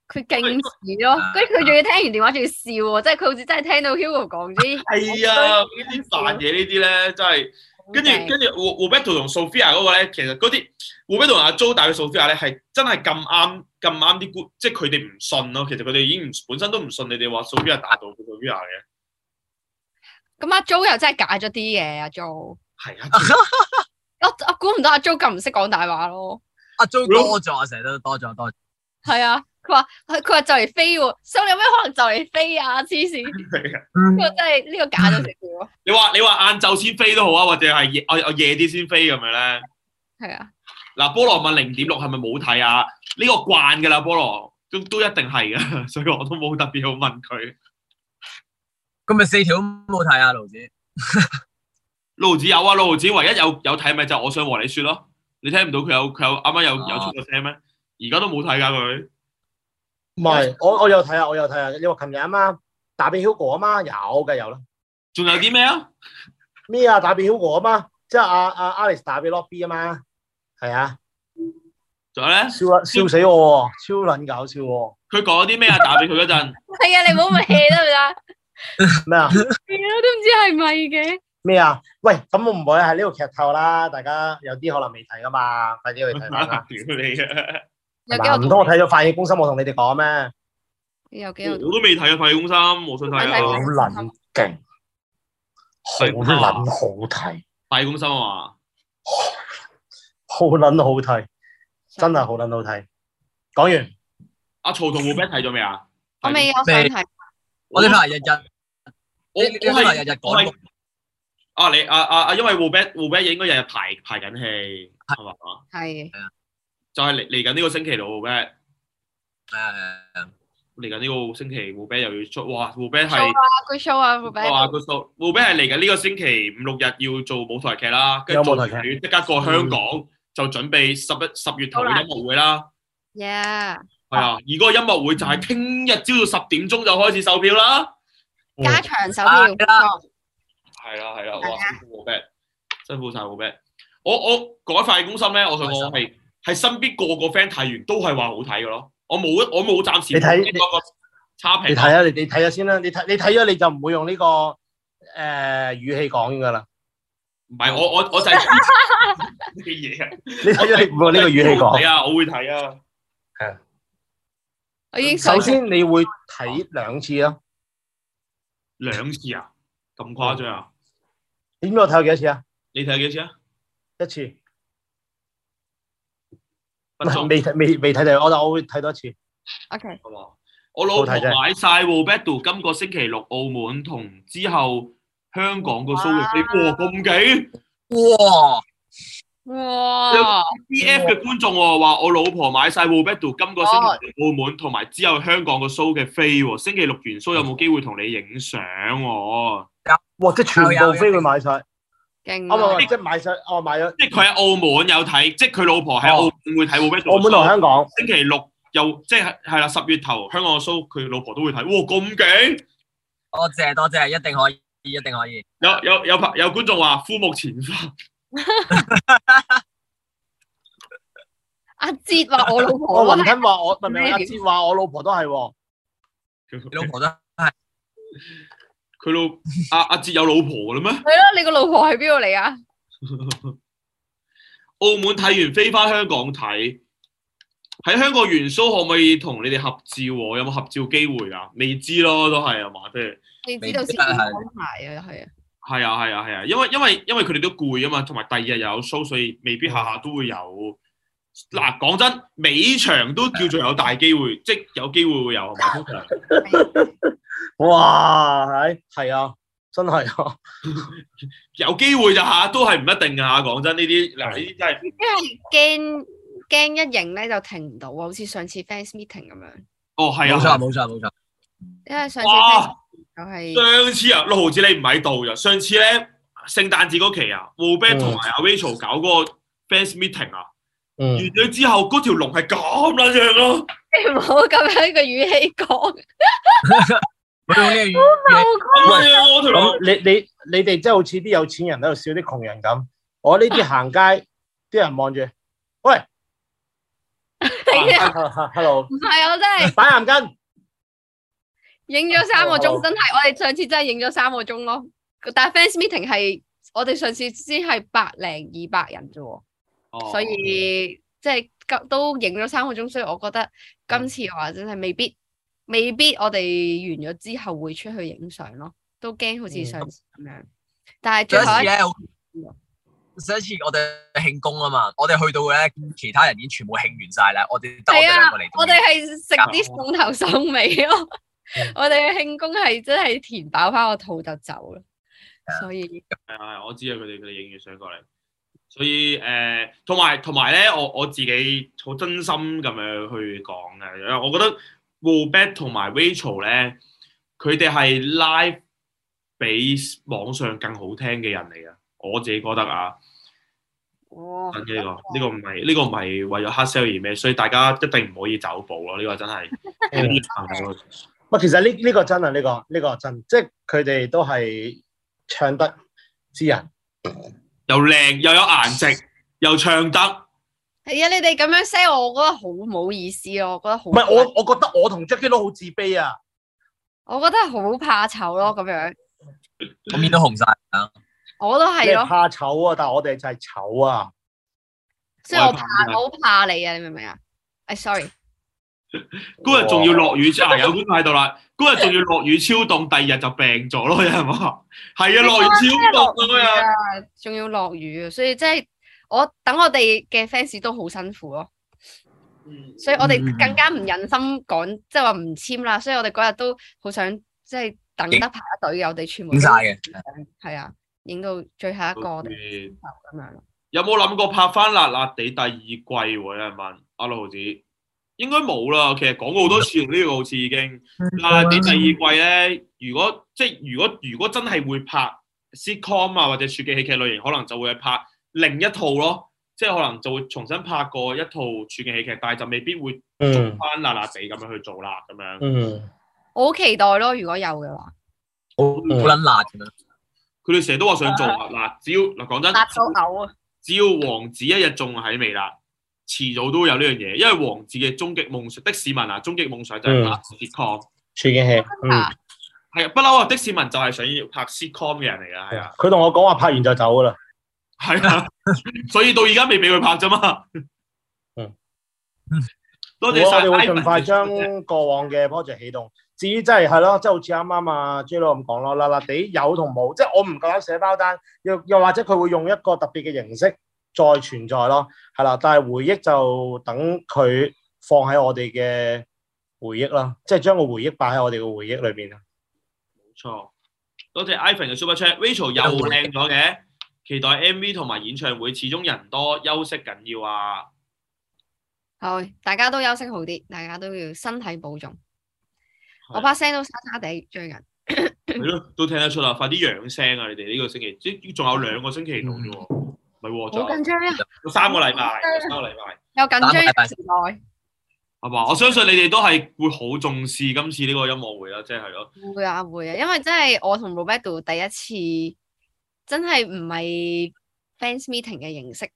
Speaker 4: 佢勁似咯，
Speaker 1: 啊
Speaker 4: 跟住佢仲要聽完電話仲要笑喎，即係佢好似真係聽到 Hugo 講啲
Speaker 1: 係啊，呢啲扮嘢呢啲咧，真係跟住跟住 Roberto 同 Sophia 嗰個咧，其實嗰啲 Roberto 同阿 Jo 打嘅 Sophia 咧，係真係咁啱咁啱啲觀，即係佢哋唔信咯。其實佢哋已經唔本身都唔信你哋話 Sophia 打到 Sophia 嘅，
Speaker 4: 咁阿 Jo 又真係假咗啲嘅，阿 Jo，
Speaker 1: 係啊，
Speaker 4: 我我估唔到阿 Jo 咁唔識講大話咯。
Speaker 3: 阿 Jo 多咗，啊成日都多咗多咗。
Speaker 4: 係啊，佢話佢佢話就嚟飛喎，心諗有咩可能就嚟飛啊？黐線，呢
Speaker 1: 係啊。
Speaker 4: 個真係呢個假到食喎。
Speaker 1: (laughs) 你話你話晏晝先飛都好啊，或者係夜我我夜啲先飛咁樣咧。
Speaker 4: 係啊，
Speaker 1: 嗱，菠蘿問零點六係咪冇睇啊？呢、個慣㗎啦，菠蘿都都一定係㗎， (laughs) 所以我都冇特別好問佢。
Speaker 3: 咁咪四條都冇睇啊，盧子。
Speaker 1: 六毫子有啊，六毫子唯一有有睇咪就係我想和你説咯。你聽唔到佢有佢有啱啱
Speaker 4: 啊
Speaker 1: 有有出過聲咩？而家都冇睇㗎佢。
Speaker 2: 唔係，我我有睇啊，我有睇啊。你話琴日啊嘛，打俾 Hugo 啊嘛，有嘅有啦。
Speaker 1: 仲有啲咩啊？
Speaker 2: 咩啊？打俾 Hugo 啊嘛，即係阿阿 Alex 打俾 Lobby 啊嘛，係啊，
Speaker 1: 仲有咧？
Speaker 2: 笑
Speaker 1: (laughs)
Speaker 2: 啊笑死我喎，超撚搞笑喎。
Speaker 1: 佢講咗啲咩啊？打俾佢嗰
Speaker 4: (laughs)
Speaker 1: 陣，
Speaker 4: 係啊，你唔好咪 hea 得唔得？
Speaker 2: 咩啊？
Speaker 4: 係啊，都唔知係咪嘅。
Speaker 2: 咩啊？喂，咁我唔會啊喺呢度劇透啦，大家有啲可能未睇噶嘛，快啲去睇翻
Speaker 1: (laughs)
Speaker 2: 啦。
Speaker 1: 屌你啊！
Speaker 4: 有
Speaker 2: 係嘛唔
Speaker 4: 幾
Speaker 2: 通
Speaker 4: 多
Speaker 2: 我睇咗《飯戲攻心》，我同你哋講咩？
Speaker 4: 有幾
Speaker 1: 我
Speaker 4: 有？
Speaker 1: 都未睇啊，快公心，我想睇
Speaker 4: 快
Speaker 2: 好
Speaker 1: 啊
Speaker 4: 睇！
Speaker 2: 撚勁，好撚好睇，
Speaker 1: 快公心啊嘛，
Speaker 2: 好撚好睇，真係好撚好睇。講完，
Speaker 1: 阿曹同胡 b 睇咗未啊？
Speaker 4: 我未有想睇。
Speaker 3: 我呢排日日，
Speaker 1: 我
Speaker 3: 呢呢
Speaker 1: 我
Speaker 3: 排
Speaker 1: 係
Speaker 3: 日日
Speaker 1: 我
Speaker 3: 講
Speaker 1: 係。啊！你啊啊啊！因為 w o b e t w o b e t 應該日日排排緊戲，係嘛？
Speaker 4: 係
Speaker 1: 就係嚟嚟緊呢個星期咯 w o b e t
Speaker 3: 誒，
Speaker 1: 嚟緊呢個星期 w o b e t 又要出，哇 w o b e t
Speaker 4: show
Speaker 1: 係
Speaker 4: 啊，good show 啊
Speaker 1: 哇
Speaker 4: ，Robert。
Speaker 1: 個數 w o b e t 係嚟緊呢個星期五六日要做舞台劇啦，跟
Speaker 2: 有
Speaker 1: 住
Speaker 2: 舞
Speaker 1: 做
Speaker 2: 台
Speaker 1: 完
Speaker 2: 劇嗯
Speaker 1: 即刻過香港就準備十一十月頭嘅音樂會啦，
Speaker 4: Yeah，
Speaker 1: 係啊！而嗰個音樂會就
Speaker 2: 嗯
Speaker 1: 係聽日朝早十點鐘就開始售票啦。
Speaker 4: 加
Speaker 1: 嗯
Speaker 4: 長手票。
Speaker 3: 係
Speaker 1: 係啦
Speaker 3: 啦
Speaker 1: 係啦，哇！辛苦我 bad，辛苦晒我 bad。我我改快攻心咧，我想講係係身邊個個 friend 睇完都係話好睇嘅咯。我冇我冇暫時
Speaker 2: 你睇
Speaker 1: 聽過個差評。
Speaker 2: 你睇下，你你睇下先啦。你睇你睇咗你就唔會用呢個誒語氣講噶啦。
Speaker 1: 唔係我我我 (laughs) 就係啲嘢啊！
Speaker 2: 你睇咗你唔會用呢個語氣
Speaker 1: (laughs)
Speaker 2: 講。
Speaker 1: 係啊，我會睇啊。
Speaker 4: 我已經上
Speaker 2: 首先你會睇兩次咯。
Speaker 1: 兩次啊，咁誇張啊！
Speaker 2: 你知唔知我睇過幾多次啊？
Speaker 1: 你睇咗幾次啊？
Speaker 2: 一次，
Speaker 1: 不足
Speaker 2: 未睇未未睇第二，我我會睇多一次。
Speaker 4: OK，
Speaker 1: 好嘛我老婆
Speaker 2: 好睇啫
Speaker 1: 買晒 w o b e d o 今個星期六澳門同之後香港個 show 嘅飛，哇咁勁！
Speaker 3: 哇！
Speaker 4: 哇，
Speaker 1: B
Speaker 2: 啊
Speaker 1: F 嘅觀眾喎話我老婆買晒 w o b e t o 今個星
Speaker 2: 哦
Speaker 1: 期去澳門同埋之後香港個 show 嘅飛喎，星期六完 show 有冇機會同你影相喎？
Speaker 2: 哇！即係全
Speaker 3: 有有
Speaker 2: 部飛佢買晒，啊
Speaker 4: 勁
Speaker 2: 唔係唔
Speaker 4: 啊！
Speaker 2: 係即係買晒，哦買咗
Speaker 1: 即係佢喺澳門有睇，即係佢老婆喺澳門會睇 w o b e t o
Speaker 2: 哦澳門同香港，
Speaker 1: 星期六又即係係啦，十月頭香港個 show 佢老婆都會睇，哇咁勁！
Speaker 3: 多謝多謝，一定可以，一定可以。
Speaker 1: 有有有朋有觀眾話枯木前花，
Speaker 4: 阿哲話我老
Speaker 2: 我
Speaker 4: 婆
Speaker 2: 哦雲
Speaker 4: 咯，
Speaker 2: 吞話我，唔係唔係
Speaker 4: 咩
Speaker 2: 阿哲話我老婆都係喎，
Speaker 3: 你老婆都
Speaker 1: 佢老阿阿哲有老婆啦咩？
Speaker 4: 係咯，你個老婆係邊度嚟啊？
Speaker 1: 澳門睇完飛翻香港睇，喺香港完 show 可唔可以同你哋合照喎？有冇合照機會啊？未知咯，都係啊嘛，即係
Speaker 4: 你知道先安排啊，係
Speaker 2: (laughs)
Speaker 4: 啊，
Speaker 1: 係啊係啊係啊，因為因為因為佢哋都攰啊嘛，同埋第二日又有 show，所以
Speaker 3: 嗯
Speaker 1: 未必下下都會有。嗱，講真，尾場都叫做有大機
Speaker 3: 嗯
Speaker 1: 會，即係有機會會有，係咪？通常
Speaker 2: 哇係係啊，真係啊，
Speaker 1: 有機會就下下都係唔一定㗎嚇。講真，呢啲嗱呢啲真係
Speaker 4: 因為驚驚一型咧就停唔到啊，好似上次 fans meeting 咁樣，
Speaker 1: 哦係
Speaker 3: 冇
Speaker 1: 啊，
Speaker 3: 錯冇錯冇錯。
Speaker 4: 因為上次 fans
Speaker 1: 哇！
Speaker 4: 就係
Speaker 1: 上次啊，六毫子你唔喺度咋？上次咧聖誕節嗰期啊 w o b e t 同埋阿 Rachel 搞嗰個 fans meeting 啊，
Speaker 2: 嗯
Speaker 1: 完，咗之後嗰條龍係咁撚樣咯，
Speaker 4: 你 (laughs) 唔好咁樣個語氣講，
Speaker 3: 佢用呢個語語
Speaker 1: 咁撚樣咯嗰條龍
Speaker 2: 咁。你你你哋真係好似啲有錢人喺度笑啲窮人咁，我呢
Speaker 4: (laughs)
Speaker 2: 啲行街啲人望住，喂
Speaker 4: 你啊
Speaker 2: ，hello，
Speaker 4: 唔係我真係
Speaker 2: 擺眼巾。
Speaker 4: 影咗三個
Speaker 2: 好好
Speaker 4: 鐘，真係我哋上次真係影咗三個鐘咯，但係 fans meeting 係我哋上次先係百零二百人啫喎，
Speaker 1: 哦
Speaker 4: 所以即係今都影咗三個鐘，所以我覺得今次嘅話真係未必未必我哋完咗之後會出去影相咯，都驚好似
Speaker 2: 嗯
Speaker 4: 上次咁樣。但係最
Speaker 3: 上一
Speaker 4: 後
Speaker 3: 次
Speaker 4: 一
Speaker 3: 咧，我上一次我哋慶功啊嘛，我哋去到咧，其他人已經全部慶完晒啦，我哋得我
Speaker 4: 係
Speaker 3: 哋
Speaker 4: 啊
Speaker 3: 兩個嚟到。，
Speaker 4: 我哋係食啲餸頭餸尾咯，
Speaker 2: 嗯
Speaker 4: 我哋嘅慶功係真係填飽翻個肚就走啦，
Speaker 2: 嗯
Speaker 4: 所以
Speaker 1: 係啊，我知啊，佢哋佢哋影完相過嚟，所以誒，同埋同埋咧，我我自己好真心咁樣去講嘅，因為我覺得 w o b e t 同埋 Rachel 咧，佢哋係 live 比網上更好聽嘅人嚟嘅，我自己覺得啊，
Speaker 4: 哦
Speaker 1: 真啊嘅呢個呢個唔係呢個唔係為咗 hard sell 而咩，所以大家一定唔可以走步咯，呢個真 (laughs) 係啊
Speaker 2: 嗯
Speaker 1: 呢個真係
Speaker 2: 喂，其實呢呢個真啊，呢、個呢、個真，即係佢哋都係唱得之人，
Speaker 1: 又靚又有顏值又唱得。
Speaker 4: 係啊，你哋咁樣 sell 我，我覺得好冇意思咯，我覺得好
Speaker 2: 唔係我我覺得我同 Jackie 都好自卑啊，
Speaker 4: 我覺得好怕醜咯，咁樣
Speaker 3: 我面都紅晒啊！
Speaker 4: 我都
Speaker 2: 你
Speaker 4: 係
Speaker 2: 係
Speaker 4: 咯，
Speaker 2: 怕醜啊，但係我哋就係醜啊，
Speaker 4: 所以我
Speaker 1: 係
Speaker 4: 怕
Speaker 1: 㗎
Speaker 4: 我好怕你啊，你明唔明啊？誒，sorry，
Speaker 1: 嗰日仲要落雨，啊有觀眾喺度啦。嗰日仲要落雨超凍，第二日就病咗咯，有人話係啊，落雨超凍咁樣。
Speaker 4: 啊，仲要落雨啊，所以即係我等我哋嘅 fans 都好辛苦咯，所以我哋
Speaker 3: 嗯
Speaker 4: 更加唔忍心講，即係話唔簽啦，所以我哋嗰日都好想即係等得排一隊嘅，我哋全部都
Speaker 3: 影晒嘅，
Speaker 4: 係啊，影到最後一個我哋
Speaker 1: 嗯
Speaker 4: 咁樣咯。
Speaker 1: 有冇諗過拍翻辣辣地第二季喎？有人問阿六毫子，應該冇啦。其實講過好多次呢個好似已經辣辣地第二季咧。如果即係如果如果真係會拍 sitcom 啊或者處境喜劇類型，可能就會係拍另一套咯。即係可能就會重新拍過一套處境喜劇，但係就未必會做
Speaker 2: 嗯
Speaker 1: 翻辣辣地咁樣去做啦，咁樣。
Speaker 2: 嗯，
Speaker 4: 我好期待咯，如果有嘅話，
Speaker 3: 好好撚辣咁樣。
Speaker 1: 佢哋成日都話想做啊！嗱，只要嗱講真，
Speaker 4: 辣到嘔啊！
Speaker 1: 只要王子一日仲喺微辣，遲早都會有呢樣嘢，因為王子嘅終極夢想的市民啊，終極夢想就係
Speaker 2: 嗯
Speaker 1: 拍 sitcom，
Speaker 2: 處境戲，嗯，
Speaker 4: 啊
Speaker 1: 係啊，不嬲啊！的市民就係想要拍 sitcom 嘅人嚟㗎，係啊，
Speaker 2: 嗯佢同我講話拍完就走噶啦，
Speaker 1: 係啊， (laughs) 所以到而家未俾佢拍啫嘛。
Speaker 2: 嗯，我
Speaker 1: 多謝
Speaker 2: 啊我
Speaker 1: 晒。
Speaker 2: 哋會盡快將過往嘅 project 起動。至於真係係咯，即係好似啱啱啊 J 佬咁講咯，辣辣地有同冇，即係我唔夠膽寫包單，又又或者佢會用一個特別嘅形式再存在咯，係啦。但係回憶就等佢放喺我哋嘅回憶啦，即係將個回憶擺喺我哋嘅回憶裏邊啊。
Speaker 1: 冇錯，多謝 Ivan 嘅 Super
Speaker 2: (laughs)
Speaker 1: Chat，Rachel 又靚咗嘅，期待 MV 同埋演唱會，始終人多休息緊要啊！
Speaker 4: 好，大家都休息好啲，大家都要身體保重。
Speaker 1: 係
Speaker 4: 我把聲都沙沙地最近，嗯
Speaker 1: 係咯，都聽得出啦，快啲養聲啊！你哋呢個星期，即仲有兩個星期到啫喎，唔係喎，
Speaker 4: 嗯好緊
Speaker 1: 仲
Speaker 4: 張啊，
Speaker 1: 有三個禮拜，
Speaker 4: 好緊
Speaker 1: 三個禮拜，
Speaker 4: 有緊張
Speaker 3: 打個
Speaker 4: 嘅
Speaker 3: 禮
Speaker 4: 時代
Speaker 1: 係嘛？我相信你哋都係會好重視今次呢個音樂會啦，即係係咯，
Speaker 4: 會啊會啊，因為真係我同 Roberto 第一次真係唔係 fans meeting 嘅形式，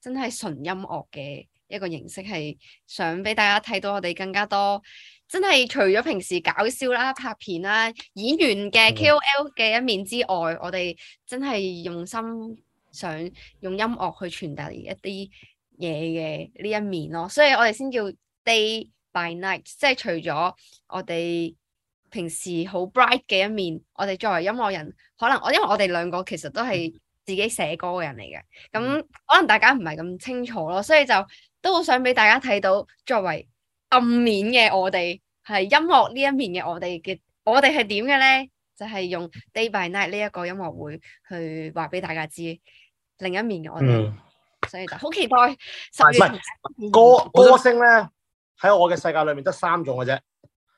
Speaker 4: 真係純音樂嘅一個形式，係想俾大家睇到我哋更加多。真係除咗平時搞笑啦、拍片啦、演員嘅
Speaker 2: 嗯
Speaker 4: KOL 嘅一面之外，我哋真係用心想用音樂去傳達一啲嘢嘅呢一面咯，所以我哋先叫 day by night，即係除咗我哋平時好 bright 嘅一面，我哋作為音樂人，可能我因為我哋兩個其實都係自己寫歌嘅人嚟嘅，咁可能大家唔係咁清楚咯，所以就都好想俾大家睇到作為暗面嘅我哋係音樂呢一面嘅我哋嘅我哋係點嘅咧？就係、用 day by night 呢一個音樂會去話俾大家知另一面嘅我哋。
Speaker 2: 嗯。
Speaker 4: 所以就好期待十
Speaker 2: 唔
Speaker 4: 月
Speaker 2: 係
Speaker 4: 同
Speaker 2: 歌歌星咧喺我嘅世界裏面得三種嘅啫，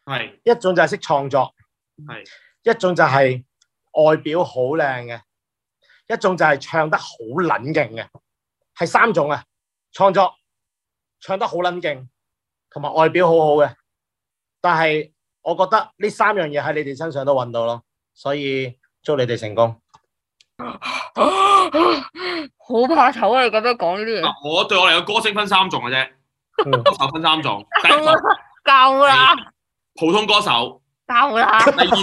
Speaker 1: 係
Speaker 4: 嗯
Speaker 2: 一種就係識創作，
Speaker 1: 係
Speaker 2: 一種就係外表好靚嘅，一種就係唱得好撚勁嘅，係三種啊！創作、唱得好撚勁，同埋外表好好嘅。但係我覺得呢三樣嘢喺你哋身上都揾到咯，所以祝你哋成功。
Speaker 1: (laughs)
Speaker 4: 好怕醜啊！你咁樣講呢啲嘢，
Speaker 1: 嗱，我對我嚟講，歌星分三種嘅啫，
Speaker 2: 嗯
Speaker 1: 歌手分三種，第一
Speaker 4: 啊
Speaker 1: 種
Speaker 4: 夠啦，
Speaker 1: 普通歌手，
Speaker 4: 夠啦，
Speaker 1: (laughs) 第二種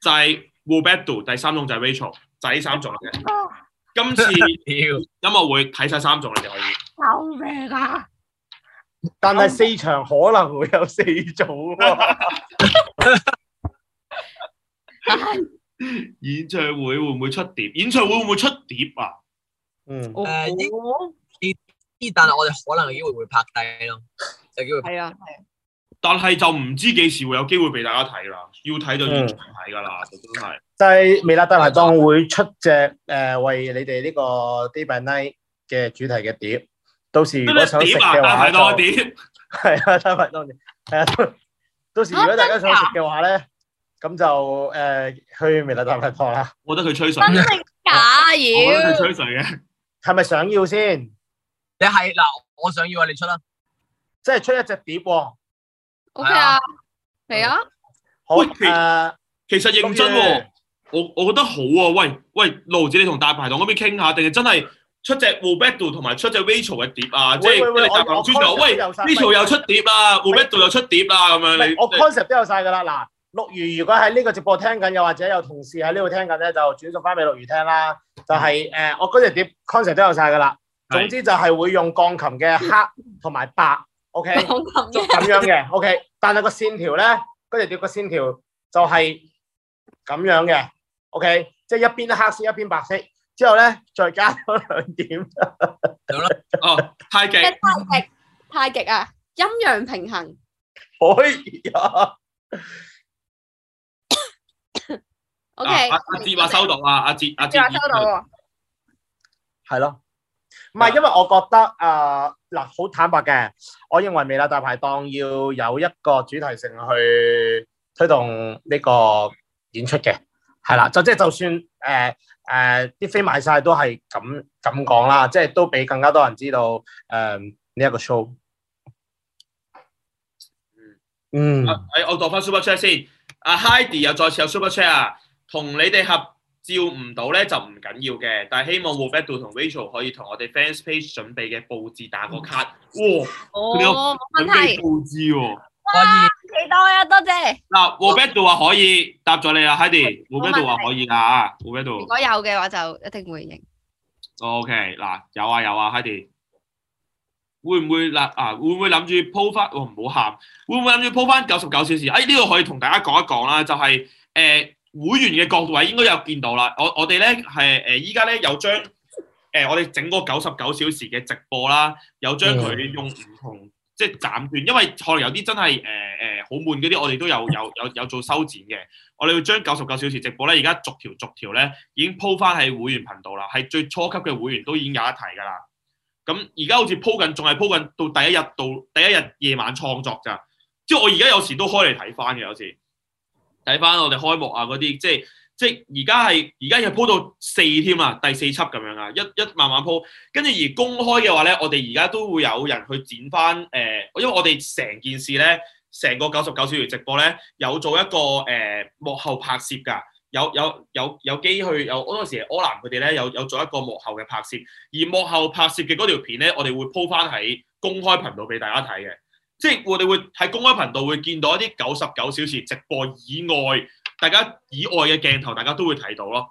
Speaker 1: 就係 w o b e d o 第三種就係 Rachel，就係呢三種嘅啫。今
Speaker 4: (laughs)
Speaker 1: 次音
Speaker 3: 屌，
Speaker 1: 樂會睇晒三種，你哋可以。
Speaker 4: 救命啊！
Speaker 2: 但係四場可能會有四組喎，
Speaker 1: 演唱會會唔會出碟？演唱會會唔會出碟啊？
Speaker 2: 嗯，
Speaker 4: 我
Speaker 3: 誒應
Speaker 4: 我
Speaker 1: (laughs)
Speaker 3: 呢但係我哋可能有機會會拍低咯，有機會拍
Speaker 4: 係啊，
Speaker 1: 但係就唔知幾時會有機會俾大家睇啦。要睇就
Speaker 2: 嗯
Speaker 1: 現場睇㗎啦，就真係。
Speaker 2: 就係微辣大排檔會出隻誒、呃、為你哋呢個 Day by Night 嘅主題嘅碟，到時如果想食
Speaker 1: 碟啊，
Speaker 2: 嘅
Speaker 1: 大
Speaker 2: 話
Speaker 1: 排
Speaker 2: 就
Speaker 1: 檔嘅碟，
Speaker 2: (laughs) 係啊，大排檔碟係啊，到到時如果大家想食嘅話咧，咁就誒、呃去微辣大排檔啦。
Speaker 1: 我覺得佢吹水
Speaker 4: 真
Speaker 1: 嘅，
Speaker 4: 定假
Speaker 1: (laughs) 我覺得
Speaker 4: 妖
Speaker 1: 佢？吹水嘅。
Speaker 2: 係咪想要先？
Speaker 3: 你係嗱，我想要啊，你出啦，
Speaker 2: 即係出一隻碟喎，
Speaker 4: O K 啊，嚟啊！
Speaker 2: 好
Speaker 1: 喂
Speaker 2: 誒。呃
Speaker 1: 其實認真
Speaker 2: 咁
Speaker 1: 喎
Speaker 2: 嘅，
Speaker 1: 我我覺得好喎。喂喂，路子你同大排檔嗰邊傾下，定係真係出隻 w o b e t o 同埋出隻 Rachel 嘅碟啊？即係
Speaker 2: 喂
Speaker 1: 即
Speaker 2: 喂喂
Speaker 1: 係大排
Speaker 2: 我
Speaker 1: 檔專場，
Speaker 2: 我
Speaker 1: 喂
Speaker 2: concept 都有晒
Speaker 1: Rachel 又出碟啊 w o b e t o 又出碟啊，咁樣你
Speaker 2: 唔係我 concept 都有晒㗎啦。嗱，陸魚如果喺呢個直播聽緊，又或者有同事喺呢度聽緊咧，就轉送翻俾陸魚聽啦。就係、呃我嗰隻碟 concept 都有晒㗎啦。
Speaker 1: 嗯係
Speaker 2: 總之就係會用鋼琴嘅黑同埋白，OK
Speaker 4: (laughs)
Speaker 1: (laughs)
Speaker 4: 講咁嘅
Speaker 2: 咁樣嘅，OK。但係個線條咧，嗰隻碟個線條就係咁樣嘅，OK。即係一邊黑色，一邊白色，之後咧再加多兩點。
Speaker 1: 哦太極
Speaker 4: 即係太極，太極啊，陰陽平衡。
Speaker 2: 可以啊！
Speaker 4: O
Speaker 1: 啊
Speaker 4: K，
Speaker 1: 阿阿哲話收到啊，阿哲阿哲
Speaker 4: 你話收到喎，
Speaker 2: 係咯，唔係因為我覺得啊嗱，好、坦白嘅，我認為微辣大排檔要有一個主題性去推動呢個演出嘅，係啦，就即係就算誒誒啲飛賣晒都係咁咁講啦，即係都俾更加多人知道誒呢一個 show。嗯，
Speaker 1: 啊誒我當翻 Super Chat 先。阿 Heidi 又再次有 Super Chat 啊，同你哋合照唔到咧就唔緊要嘅，但係希望 w o b e t o 同 Rachel 可以同我哋 fans page 準備嘅佈置打個卡。哇，佢有
Speaker 4: 哦，冇問
Speaker 1: 準備
Speaker 4: 題，
Speaker 1: 佈置喎。
Speaker 3: 可以。
Speaker 4: 期待啊，多謝。
Speaker 1: 嗱 w o b e t o 話可以答咗你啦，Heidi。w o
Speaker 4: 冇
Speaker 1: b e
Speaker 4: 問題
Speaker 1: t o 話可以啦 w o b e t
Speaker 4: 如
Speaker 1: o
Speaker 4: 果有嘅話就一定會應。
Speaker 1: OK 嗱，有啊有啊，Heidi。會唔會嗱啊？會唔會諗住鋪翻？我唔好喊。會唔會諗住鋪翻九十九小時？哎，呢度可以同大家講一講啦，就係、誒、會員嘅各位應該有見到啦。我我哋咧係誒依家咧有將誒、呃我哋整個九十九小時嘅直播啦，有將佢用唔同即係斬斷，因為可能有啲真係誒誒呃好悶嗰啲，我哋都有有有有做修剪嘅。我哋會將九十九小時直播咧，而家逐條逐條咧已經鋪翻喺會員頻道啦，係最初級嘅會員都已經有得睇㗎啦。咁而家好似鋪緊，仲係鋪緊到第一日到第一日夜晚創作咋。即係我而家有時都開嚟睇翻嘅，有時睇翻我哋開幕啊嗰啲，即係即係而家係而家又鋪到四添啊，第四輯咁樣啊，一一慢慢鋪。跟住而公開嘅話咧，我哋而家都會有人去剪翻誒、呃因為我哋成件事咧，成個九十九小時直播咧，有做一個誒、呃幕後拍攝㗎。有有有有機去有嗰陣時柯南佢哋咧有有做一個幕後嘅拍攝，而幕後拍攝嘅嗰條片咧，我哋會鋪翻喺公開頻道俾大家睇嘅。即係我哋會喺公開頻道會見到一啲九十九小時直播以外，大家以外嘅鏡頭，大家都會睇到咯。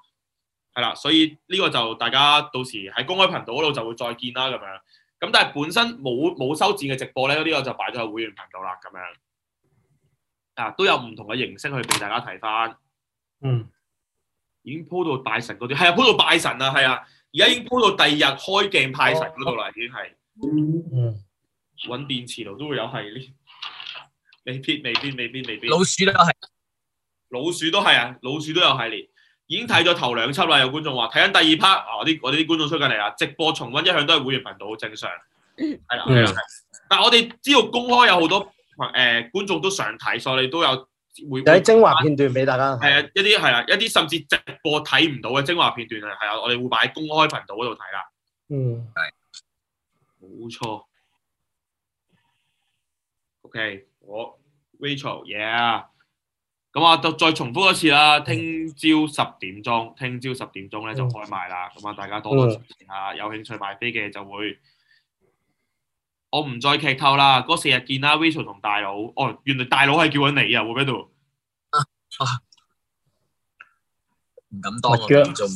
Speaker 1: 係啦，所以呢個就大家到時喺公開頻道嗰度就會再見啦咁樣。咁但係本身冇冇修剪嘅直播咧，呢、個就擺咗喺會員頻道啦咁樣。啊，都有唔同嘅形式去俾大家睇翻。
Speaker 2: 嗯，
Speaker 1: 已經鋪到拜神嗰啲，係啊，鋪到拜神啊，係啊，而家已經鋪到第二日開鏡拜神嗰度啦，已經係
Speaker 2: 嗯，
Speaker 1: 揾電磁爐都會有系列， (laughs) 未必未必未必未必，
Speaker 3: 老鼠都係
Speaker 1: 老鼠都係啊，老鼠都有系列，已經睇咗頭兩輯啦，有觀眾話睇緊第二 part 啊，我啲我哋啲觀眾出緊嚟啦，直播重温一向都係會員頻道好正常，係啦、係啦
Speaker 2: 嗯
Speaker 1: 但係我哋知道公開有好多誒、呃、觀眾都想睇，所以你都有會
Speaker 2: 有啲精華片段俾大家睇。
Speaker 1: 係啊，一啲係啦，一啲甚至直播睇唔到嘅精華片段啊，係啊，我哋會擺喺公開頻道嗰度睇啦。
Speaker 2: 嗯，
Speaker 1: 冇錯。OK，我 Rachel，yeah。咁啊，就再重複一次啦。聽朝十點鐘，聽朝十點鐘咧就
Speaker 2: 嗯
Speaker 1: 開賣啦。咁啊，大家多多支持下。有興趣買飛嘅就會，我唔再劇透啦。嗰四日見啦，Rachel 同大佬。哦，原來大佬係叫緊你啊，會喺度。
Speaker 3: 唔敢當
Speaker 2: 咪
Speaker 3: 啊，
Speaker 2: 腳
Speaker 3: 唔做唔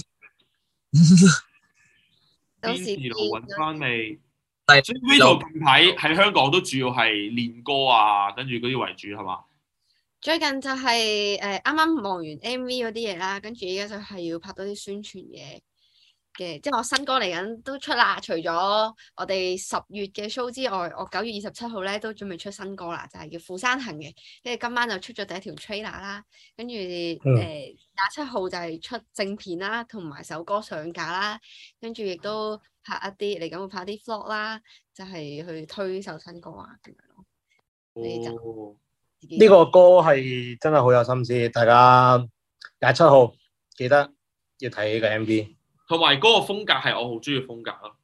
Speaker 4: 到
Speaker 1: 邊
Speaker 4: 時
Speaker 1: 條路揾翻未？
Speaker 3: 但係
Speaker 1: 所以 Vito 近排喺香港都主要係練歌啊，跟住嗰啲為主係嘛？
Speaker 4: 最近就係誒啱啱忙完 MV 嗰啲嘢啦，跟住而家就係要拍多啲宣傳嘢嘅，即係我新歌嚟緊都出啦。除咗我哋十月嘅 show 之外，我九月二十七號咧都準備出新歌啦，就係、叫《釜山行》嘅。跟住今晚就出咗第一條 trailer 啦，跟住誒
Speaker 2: 嗯
Speaker 4: 廿七號就係出正片啦，同埋首歌上架啦，跟住亦都拍一啲嚟緊會拍啲 vlog 啦，就係、去推首新歌啊咁樣咯。你就
Speaker 1: 哦，
Speaker 4: 自己
Speaker 2: 呢個歌係真係好有心思，大家廿七號記得要睇呢個 M V。
Speaker 1: 同埋嗰個風格係我好中意嘅風格咯。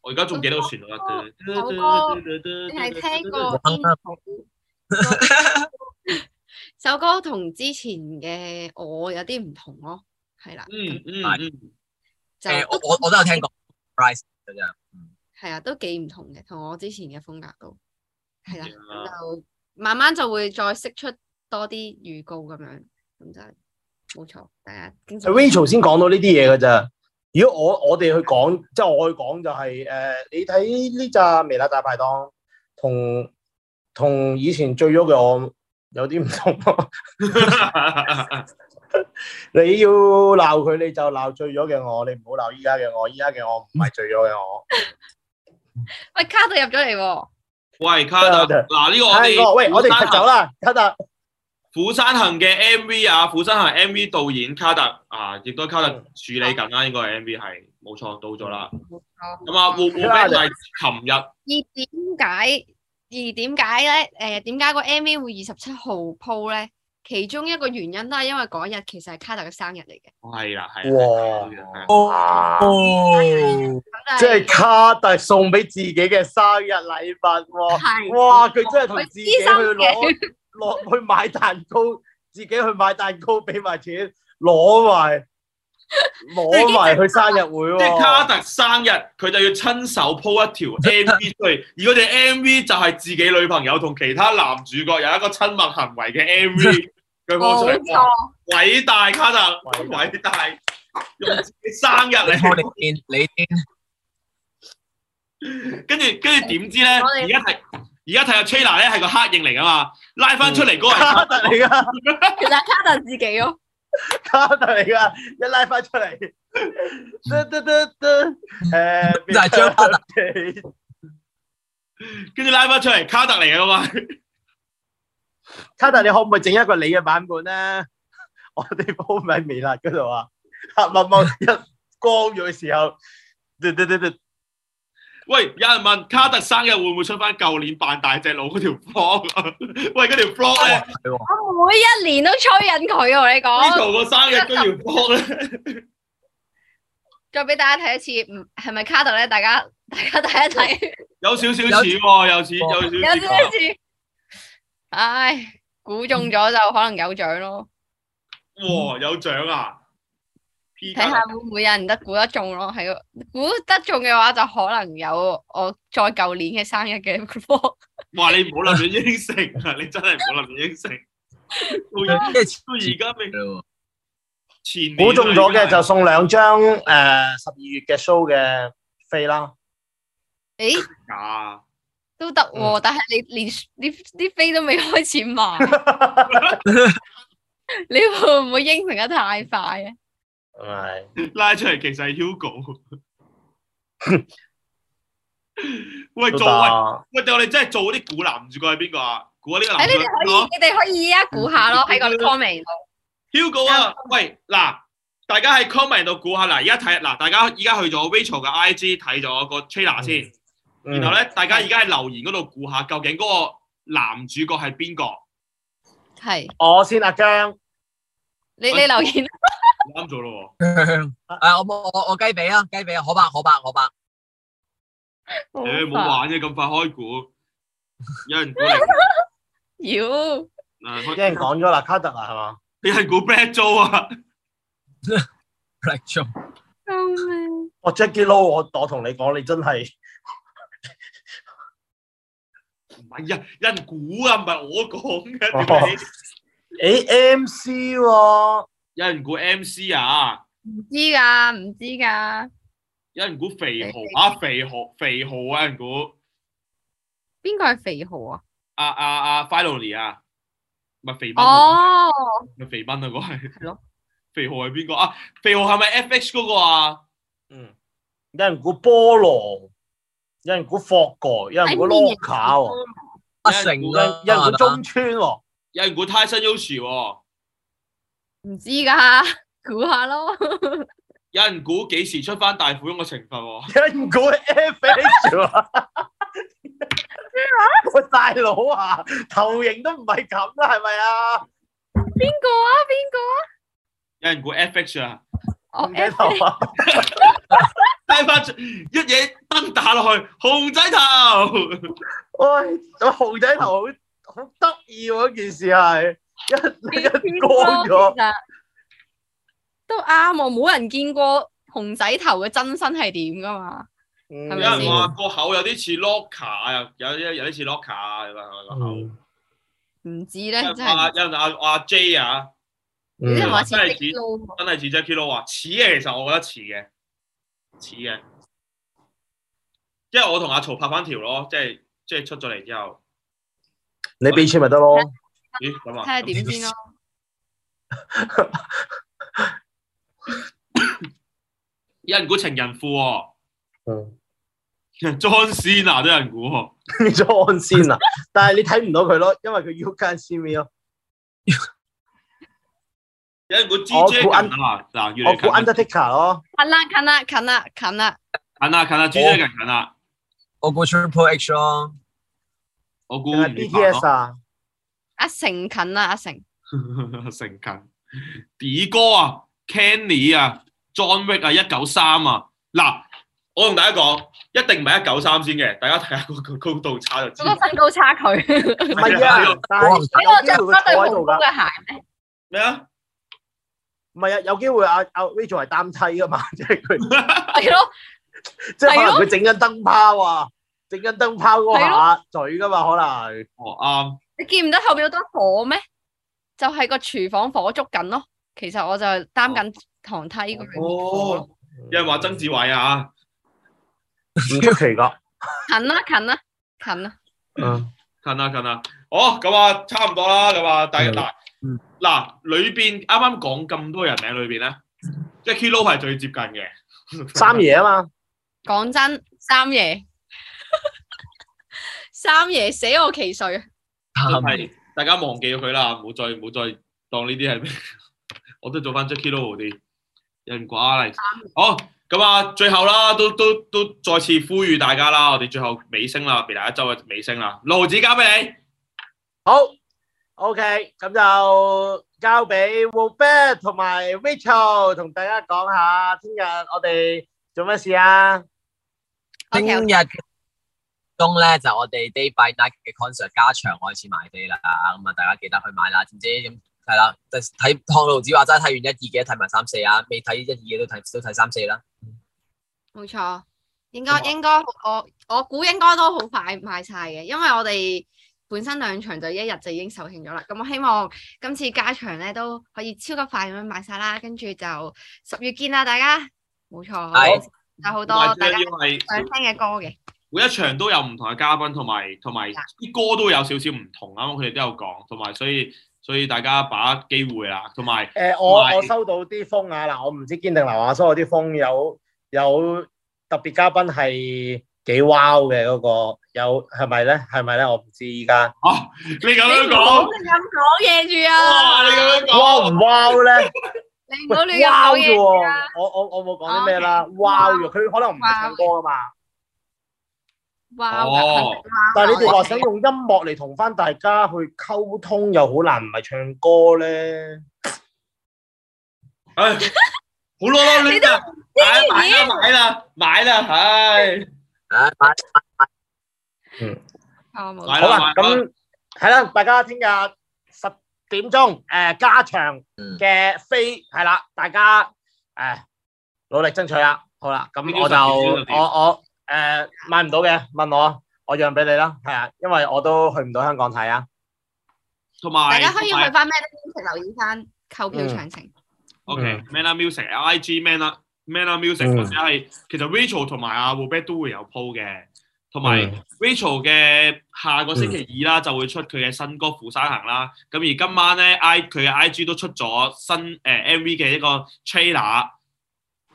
Speaker 1: 我而家仲記得個旋律啊！
Speaker 4: 首歌你係聽過
Speaker 3: 嗯
Speaker 4: intro (laughs) 首歌同之前嘅我有啲唔同咯，係啦，
Speaker 1: 嗯
Speaker 4: 咁
Speaker 1: 嗯嗯，
Speaker 4: 就
Speaker 3: 誒，我我我都有聽過 Rise 嗰隻，
Speaker 4: 係啊，都幾唔同嘅，同我之前嘅風格都係啦，
Speaker 1: Yeah
Speaker 4: 咁就慢慢就會再釋出多啲預告咁樣，咁就冇錯，大家經常
Speaker 2: Rachel 先講到呢啲嘢㗎咋。如果我我哋去講，即係我去講就係、呃你睇呢扎微辣大排檔，同同以前最喐嘅我有啲唔同咯。 (laughs)
Speaker 1: 嗯
Speaker 2: 你要鬧佢，你就鬧最喐嘅我，你唔好鬧依家嘅我。依家嘅我唔係最喐嘅我。
Speaker 4: 喂卡特入咗嚟喎，
Speaker 1: 喂卡特，嗱呢個我
Speaker 2: 哎
Speaker 1: 哋
Speaker 2: 喂，我哋踢走啦，卡特。
Speaker 1: 釜山行嘅 MV 啊，釜山行 MV 導演卡特啊，亦都卡特
Speaker 2: 嗯
Speaker 1: 處理緊啦，應該係 MV 係冇錯到咗啦。
Speaker 4: 冇錯
Speaker 1: 咁啊，胡胡 band 就係琴日
Speaker 4: 而點解而點解咧？誒、點解個 MV 會二十七號鋪咧？其中一個原因都係因為嗰日其實係卡特嘅生日嚟嘅，
Speaker 1: 哦係啦，係
Speaker 2: 哇
Speaker 1: 啦，
Speaker 2: 哇！
Speaker 3: 哦，
Speaker 4: 咁啊
Speaker 2: 即
Speaker 4: 就
Speaker 2: 係卡特送俾自己嘅生日禮物喎、
Speaker 4: 係
Speaker 2: 哇！佢真係同自己去
Speaker 4: 佢
Speaker 2: 攞攞去買蛋糕，自己去買蛋糕，俾埋錢，攞埋攞埋去生日會
Speaker 1: 即
Speaker 3: 哦
Speaker 1: 係卡
Speaker 2: (laughs) 喎。
Speaker 1: 特生日，佢就要親手 po 一條
Speaker 3: (laughs)
Speaker 1: MV 出嚟，而嗰隻 MV 就係自己女朋友同其他男主角有一個親密行為嘅 MV，佢 po 出
Speaker 4: 冇
Speaker 1: 嚟，哇
Speaker 4: 錯，
Speaker 1: 偉大卡特，
Speaker 2: 偉大
Speaker 1: 偉大，用自己生日
Speaker 3: 啊你
Speaker 1: 嚟。
Speaker 3: 你你你
Speaker 1: 跟住跟住點知咧？
Speaker 4: 我
Speaker 1: 而
Speaker 4: 哋
Speaker 1: 家睇而家睇下 Trina 咧係個黑影嚟噶嘛，拉翻出嚟嗰個人
Speaker 3: 嗯
Speaker 2: 卡特嚟噶，
Speaker 4: 其實係卡特自己咯，
Speaker 2: 卡特嚟噶，一拉翻出嚟，
Speaker 3: (laughs)
Speaker 2: 嘟嘟嘟嘟，誒，
Speaker 3: 就係張卡特
Speaker 1: (laughs) 跟住拉翻出嚟卡特嚟噶嘛，
Speaker 2: (laughs)
Speaker 1: (laughs)
Speaker 2: 卡特，你可唔可以整一個你嘅版本咧？ (laughs) 我哋鋪喺微辣嗰度啊，黑掹掹一光咗嘅時候，嘟嘟嘟嘟，
Speaker 1: 喂，有人問卡特生日會唔會出翻舊年扮大隻佬嗰條 vlog？喂，啊 (laughs) 嗰條 vlog 咧
Speaker 3: 係喎，
Speaker 4: 我每一年都吹緊佢喎，我同你講，
Speaker 1: ，Vito 個生日嗰條 vlog 咧，
Speaker 4: 再俾大家睇一次，唔係咪卡特咧？大家 (laughs) 大家睇一睇，
Speaker 1: 有少少似喎，有似有少
Speaker 4: 有少
Speaker 1: 似
Speaker 4: 少
Speaker 1: 喎。
Speaker 4: 似，唉，估中咗就可能有獎咯，
Speaker 1: 哇，有獎啊！P 啊
Speaker 4: 哦睇
Speaker 1: 卡
Speaker 4: 下會唔會有人得估得中咯，係咯估得中嘅話就可能有我再舊年嘅生日嘅 vlog (laughs)
Speaker 1: 哇，你唔好立亂應承啊！你真係唔好立亂應承。
Speaker 4: (laughs)
Speaker 1: 到而
Speaker 3: 即係
Speaker 1: 到而家未
Speaker 3: 嘅喎，
Speaker 1: 前年啊
Speaker 2: 估中咗嘅
Speaker 1: 已經係
Speaker 2: 就送兩張誒十二月嘅 show 嘅飛啦。
Speaker 4: 诶，
Speaker 1: 假。
Speaker 4: 都得喎，但係你連呢啲飛都未開始 (laughs) 賣，你會唔會應承得太快 (laughs) 啊？
Speaker 2: 係
Speaker 1: 拉出嚟其實係 Hugo。喂，
Speaker 2: 都
Speaker 1: 做喂
Speaker 2: 得。
Speaker 1: 喂，我哋真係做啲估男主角係邊個啊？估呢個
Speaker 4: 诶，
Speaker 1: 男
Speaker 4: 你
Speaker 1: 主角
Speaker 4: 哋
Speaker 1: 係
Speaker 4: 可
Speaker 1: 邊
Speaker 4: 以，
Speaker 1: 個
Speaker 4: 你哋可以而家估下咯，喺個 comment 度。
Speaker 1: ？Hugo 啊，喂嗱，大家喺 comment 度估下嗱，而家睇嗱，大家而家去咗 Rachel 嘅 IG 睇咗個 trailer 先，
Speaker 2: 嗯
Speaker 1: 然後咧，大家而家喺留言嗰度估下究竟嗰個男主角係邊個？
Speaker 4: 係，
Speaker 2: 我先阿姜，
Speaker 4: 你你留言，
Speaker 1: 啱咗咯
Speaker 3: 誒啊我冇我我雞髀啊雞髀啊，可白可白可 (laughs) 白，
Speaker 1: 喎，誒冇
Speaker 4: 話。
Speaker 1: 玩嘅咁快開估，有人估嚟，
Speaker 4: 妖，
Speaker 1: 嗱
Speaker 2: 已
Speaker 1: 開
Speaker 2: 經講咗啦，卡特啊，係嘛？
Speaker 1: 有人估 Black Joe 啊？
Speaker 3: Black Joe
Speaker 4: 救命！
Speaker 2: 我哦 Jackie Lou，我我同你講，你真係
Speaker 1: 唔係啊，有人估啊，唔係我講嘅，
Speaker 2: 哦
Speaker 1: 屌你
Speaker 2: 誒 MC 喎，
Speaker 1: 有人估 MC 啊，
Speaker 4: 唔知噶，唔知噶，
Speaker 1: 有人估肥豪啊，肥豪肥豪啊，有人估
Speaker 4: 邊個係肥豪啊？
Speaker 1: 啊啊啊 Finally 啊，唔係肥斌啊，
Speaker 4: 哦，
Speaker 1: 唔係肥斌啊，嗰係
Speaker 4: 係咯。
Speaker 1: 肥豪係邊個啊？肥豪係咪 FX 嗰個啊？
Speaker 2: 嗯，有人估菠蘿，有人估霍哥，有人估 Loka 喎，
Speaker 3: 阿啊成啊
Speaker 2: 有
Speaker 3: 啦
Speaker 2: 人，有人估中村喎，
Speaker 1: 有人估 Tyson Yoshi 喎，
Speaker 4: 唔知噶， (laughs) 估下咯。
Speaker 1: 有人估幾時出翻大富翁嘅懲罰喎？
Speaker 2: 有人估 FH (laughs) 喎。喂，大佬啊，頭型都唔係咁啦，係咪啊？
Speaker 4: (laughs) 邊個啊？邊個啊？
Speaker 1: 有人估 FX 啊？
Speaker 4: 哦
Speaker 2: 唔記得頭啊，
Speaker 1: 睇翻一嘢燈打落去，熊仔頭。
Speaker 2: 喂，咁熊仔頭好好得意喎，件事係一一光咗。
Speaker 4: 咗，都啱喎，冇人見過熊仔頭嘅真身係點噶嘛？
Speaker 2: 嗯
Speaker 4: 係
Speaker 1: 有
Speaker 4: 咪先
Speaker 1: 人話個口有啲似 locker 啊，有有有啲似 locker 啊，有個口。
Speaker 2: 嗯
Speaker 4: 唔知咧，
Speaker 1: 有人
Speaker 4: 真
Speaker 1: 話
Speaker 4: 係
Speaker 1: 有人話阿 J 啊，
Speaker 4: 有
Speaker 2: 嗯
Speaker 4: 啲人話似
Speaker 1: 真係似
Speaker 4: Big Lou 喎
Speaker 1: 真係似 Jackie Lou 啊，似嘅其實我覺得似嘅，似嘅。因為我同阿曹拍翻條咯，即係即係出咗嚟之後，
Speaker 2: 你俾錢咪得咯。
Speaker 1: 咦咁啊？
Speaker 4: 睇下點先咯。
Speaker 1: 有人估情人褲喎、
Speaker 2: 嗯，
Speaker 1: (laughs) John Cena 都有人估喎、
Speaker 2: 你咗安先啊，但係你睇唔到佢咯，因為佢 You can see me 咯。
Speaker 1: 有人估
Speaker 2: 我
Speaker 1: G J à?
Speaker 2: 估
Speaker 1: 近
Speaker 2: Un-
Speaker 1: 啊，嗱越嚟
Speaker 2: 我
Speaker 1: 越
Speaker 2: 估
Speaker 1: 近啦，
Speaker 2: Undertaker 咯，
Speaker 4: 近啦，近啦，近啦，近啦，
Speaker 1: 近啦近啦，G J 近近啦，
Speaker 3: 我估 Triple H 咯，
Speaker 1: 我估
Speaker 2: 定
Speaker 1: 唔
Speaker 2: 係 BTS 啊？
Speaker 4: 阿成近啦，阿成。
Speaker 1: (laughs)
Speaker 2: 嗯
Speaker 1: 成近，D 哥啊，Kenny 啊，John Wick à? 啊，一九三啊，嗱，我同大家講，一定唔係一九三先嘅，大家睇下嗰個高度差就知。
Speaker 4: 嗰個身高差
Speaker 2: (laughs)
Speaker 4: 距，哎
Speaker 2: 唔
Speaker 4: 呢
Speaker 2: 係啊，但係有
Speaker 4: 個着嗰對
Speaker 2: 機會佢坐喺
Speaker 4: 好
Speaker 2: 度
Speaker 4: 高
Speaker 2: 㗎。
Speaker 4: 嘅鞋咩？
Speaker 1: 咩啊？
Speaker 2: 唔係啊，有機會阿阿 Rachel 係擔梯㗎嘛， (laughs) 即係佢
Speaker 4: 係咯，
Speaker 2: 即係可
Speaker 4: 係
Speaker 2: 能
Speaker 4: 咯
Speaker 2: 佢整緊燈泡啊，整緊燈泡嗰下嘴㗎嘛，可能。
Speaker 1: 哦啱，
Speaker 4: 你見唔得後面有堆火咩？就係個廚房火燭緊咯。其實我就
Speaker 2: 哦
Speaker 4: 擔緊堂梯嗰樣火咯。
Speaker 1: 有人話曾志偉啊，
Speaker 2: 唔出奇
Speaker 1: (laughs)
Speaker 2: 㗎。
Speaker 4: 近啦，近啦，近啦。
Speaker 2: 嗯，
Speaker 1: 近啦近啦，哦咁啊，差唔多啦，咁啊，大家
Speaker 2: 嗯
Speaker 1: 嗱
Speaker 3: 嗯
Speaker 1: 嗱裏邊啱啱講咁多人名裏邊咧，即係 Kilo 係最接近嘅，
Speaker 2: 三爺啊嘛，
Speaker 4: 講真，三爺， (laughs) 三爺死我其啊誰？
Speaker 1: 真
Speaker 3: 三
Speaker 1: 係大家忘記咗佢啦，唔好再唔好再當呢啲係咩， (laughs) 我都做翻 Jackie Lou 好啲，有人瓜嚟。好，咁啊，最後啦，都都都再次呼籲大家啦，我哋最後尾聲啦，俾大家周嘅尾聲啦，六毫子交俾你，
Speaker 2: 好，OK，咁就交俾 Robert 同埋 Rachel 同大家講下，聽日我哋做咩事啊？
Speaker 3: 聽
Speaker 4: OK，OK
Speaker 3: 日中咧就我哋 Day by Night 嘅 concert 加場開始賣飛啦，咁啊大家記得去買啦，知唔知？咁係啦，就睇湯老子話齋睇完一二嘅，睇埋三四啊，未睇一二嘅都睇都睇三四啦。
Speaker 4: 冇錯，應該應該我我估應該都好快賣晒嘅，因為我哋本身兩場就一日就已經售罄咗啦。咁我希望今次加場咧都可以超級快咁樣賣晒啦，跟住就十月見啦，大家。冇錯，
Speaker 3: 係
Speaker 4: 有好
Speaker 1: 同埋
Speaker 4: 多
Speaker 1: 最
Speaker 4: 大家
Speaker 1: 緊要係
Speaker 4: 想聽嘅歌嘅，
Speaker 1: 每一場都有唔同嘅嘉賓，同埋同埋啲歌都有少少唔同，啱啱佢哋都有講，同埋所以所以大家把握機會啦，同埋
Speaker 4: (laughs)
Speaker 2: 誒、我
Speaker 1: 同埋
Speaker 2: 我收到啲風啊！嗱，我唔知堅定流啊，收到啲風有有特別嘉賓係幾 wow 嘅嗰個，有係咪咧？係咪咧？我唔知依家。
Speaker 1: 啊，你咁
Speaker 4: 你
Speaker 1: 樣
Speaker 4: 唔好
Speaker 1: 講，
Speaker 4: 亂咁講嘢住
Speaker 1: 哇，
Speaker 4: 啊！
Speaker 1: 你咁樣
Speaker 2: wow 唔
Speaker 1: 講，
Speaker 2: wow 咧
Speaker 4: 你唔好亂咁講
Speaker 2: ？wow 啫
Speaker 4: 嘢哦
Speaker 2: 喎
Speaker 4: 住啊！！
Speaker 2: 我我我冇講啲咩啦，wow 咗佢可能唔係唱歌啊嘛，
Speaker 4: 哇，啊
Speaker 1: 哦
Speaker 2: 但係你哋話想用音樂嚟同翻大家去溝通，又好難唔係唱歌咧。
Speaker 1: 唉，好囉
Speaker 4: (laughs)
Speaker 1: 囉攣啊！買買啦買啦買啦，唉，
Speaker 3: 啊，買
Speaker 4: 啊冇
Speaker 1: 買
Speaker 2: 好
Speaker 1: 啦
Speaker 2: 啦，
Speaker 1: 買啦，
Speaker 2: 咁係啦，大家聽日十點鐘誒、加場
Speaker 3: 嗯
Speaker 2: 嘅飛係啦，大家誒、努力爭取啦。好啦，咁
Speaker 1: 呢啲
Speaker 2: 我就
Speaker 1: 就呢啲
Speaker 2: 我我誒、買唔到嘅，問我，我讓俾你啦。係啊，因為我都去唔到香港睇啊。
Speaker 1: 同埋
Speaker 4: 大家可以
Speaker 1: 同埋
Speaker 4: 去翻咩 d 留意翻購票詳情。
Speaker 1: OK
Speaker 2: 嗯
Speaker 1: Man Up Music、IG Man Up Man Up Music
Speaker 2: 嗯
Speaker 1: 或者係其實 Rachel à, 同埋阿 Robert 都會有 po 嘅，同埋
Speaker 2: 嗯
Speaker 1: Rachel 嘅下
Speaker 2: Ừ.
Speaker 1: 個星期二啦就會出佢嘅新歌《釜山行》啦。咁而今晚咧 I 佢嘅 IG 都出咗新誒、呃 MV 嘅一個 trailer。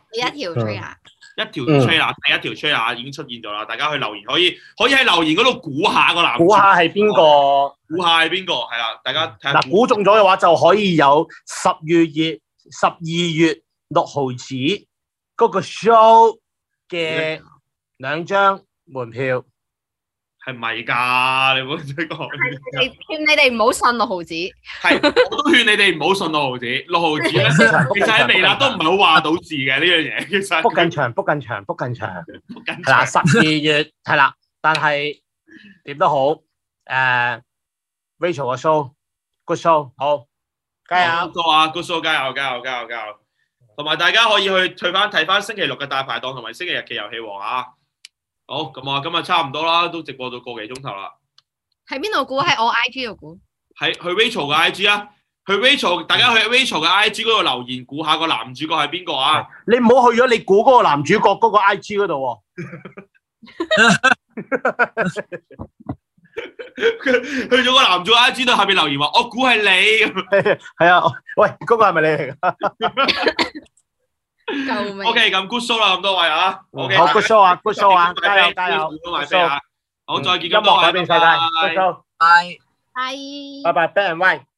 Speaker 4: 你一條 trailer，
Speaker 1: 一條
Speaker 2: 嗯
Speaker 1: trailer，、第一條 trailer 已經出現咗啦，大家去留言可以可以喺留言嗰度估下個男主
Speaker 2: 估下係邊個？
Speaker 1: 估下係邊個，係啦，大家睇下
Speaker 2: 嗯嗱，估中咗嘅話就可以有十月二十二月六號止嗰個 show 嘅兩張門票。
Speaker 1: 係咪㗎？你唔好再講，
Speaker 4: 你勸你哋唔好信六毫子，
Speaker 1: 係我都勸你哋唔好信六毫子，六毫子咧其實喺微辣都唔係好話到字嘅呢樣嘢，其實
Speaker 2: book 緊場，book 緊場，book 緊場。
Speaker 1: book 緊 (laughs)
Speaker 2: 係啦，十二月係啦，但係點都好，誒、Rachel 個 show，good show，好，加油！
Speaker 1: 高數啊，高數加油加油加油加油！同埋大家可以去退翻睇翻星期六嘅大排檔同埋星期日嘅遊戲王啊！好，咁啊，今日差唔多啦，都直播咗個幾鐘頭啦。
Speaker 4: 喺邊度估？喺我 I G 度估。
Speaker 1: 喺去 Rachel 嘅 IG 啊，去 Rachel，大家去 Rachel 嘅 IG 嗰度留言，估下個男主角係邊個啊？
Speaker 2: 你唔好去咗你估嗰個男主角嗰個 I G 嗰度喎，
Speaker 1: 去咗個男主角 IG 度下邊留言話，我估係你咁。
Speaker 2: 係啊，喂，嗰、個係咪你嚟㗎？
Speaker 4: 救命！
Speaker 1: OK，咁 good show 啦，咁多位啊。OK，
Speaker 2: 好，good show 啊，good show 啊，
Speaker 1: 大
Speaker 2: 加
Speaker 1: 家
Speaker 2: 油加油
Speaker 1: 估到埋
Speaker 2: ，good
Speaker 1: 飛
Speaker 2: show！
Speaker 1: 啊！好，再見
Speaker 2: 音
Speaker 1: 咁多
Speaker 2: 樂
Speaker 1: 位，
Speaker 2: 改變世界，good show，
Speaker 3: 拜。
Speaker 4: 拜
Speaker 2: 拜拜，Black and White。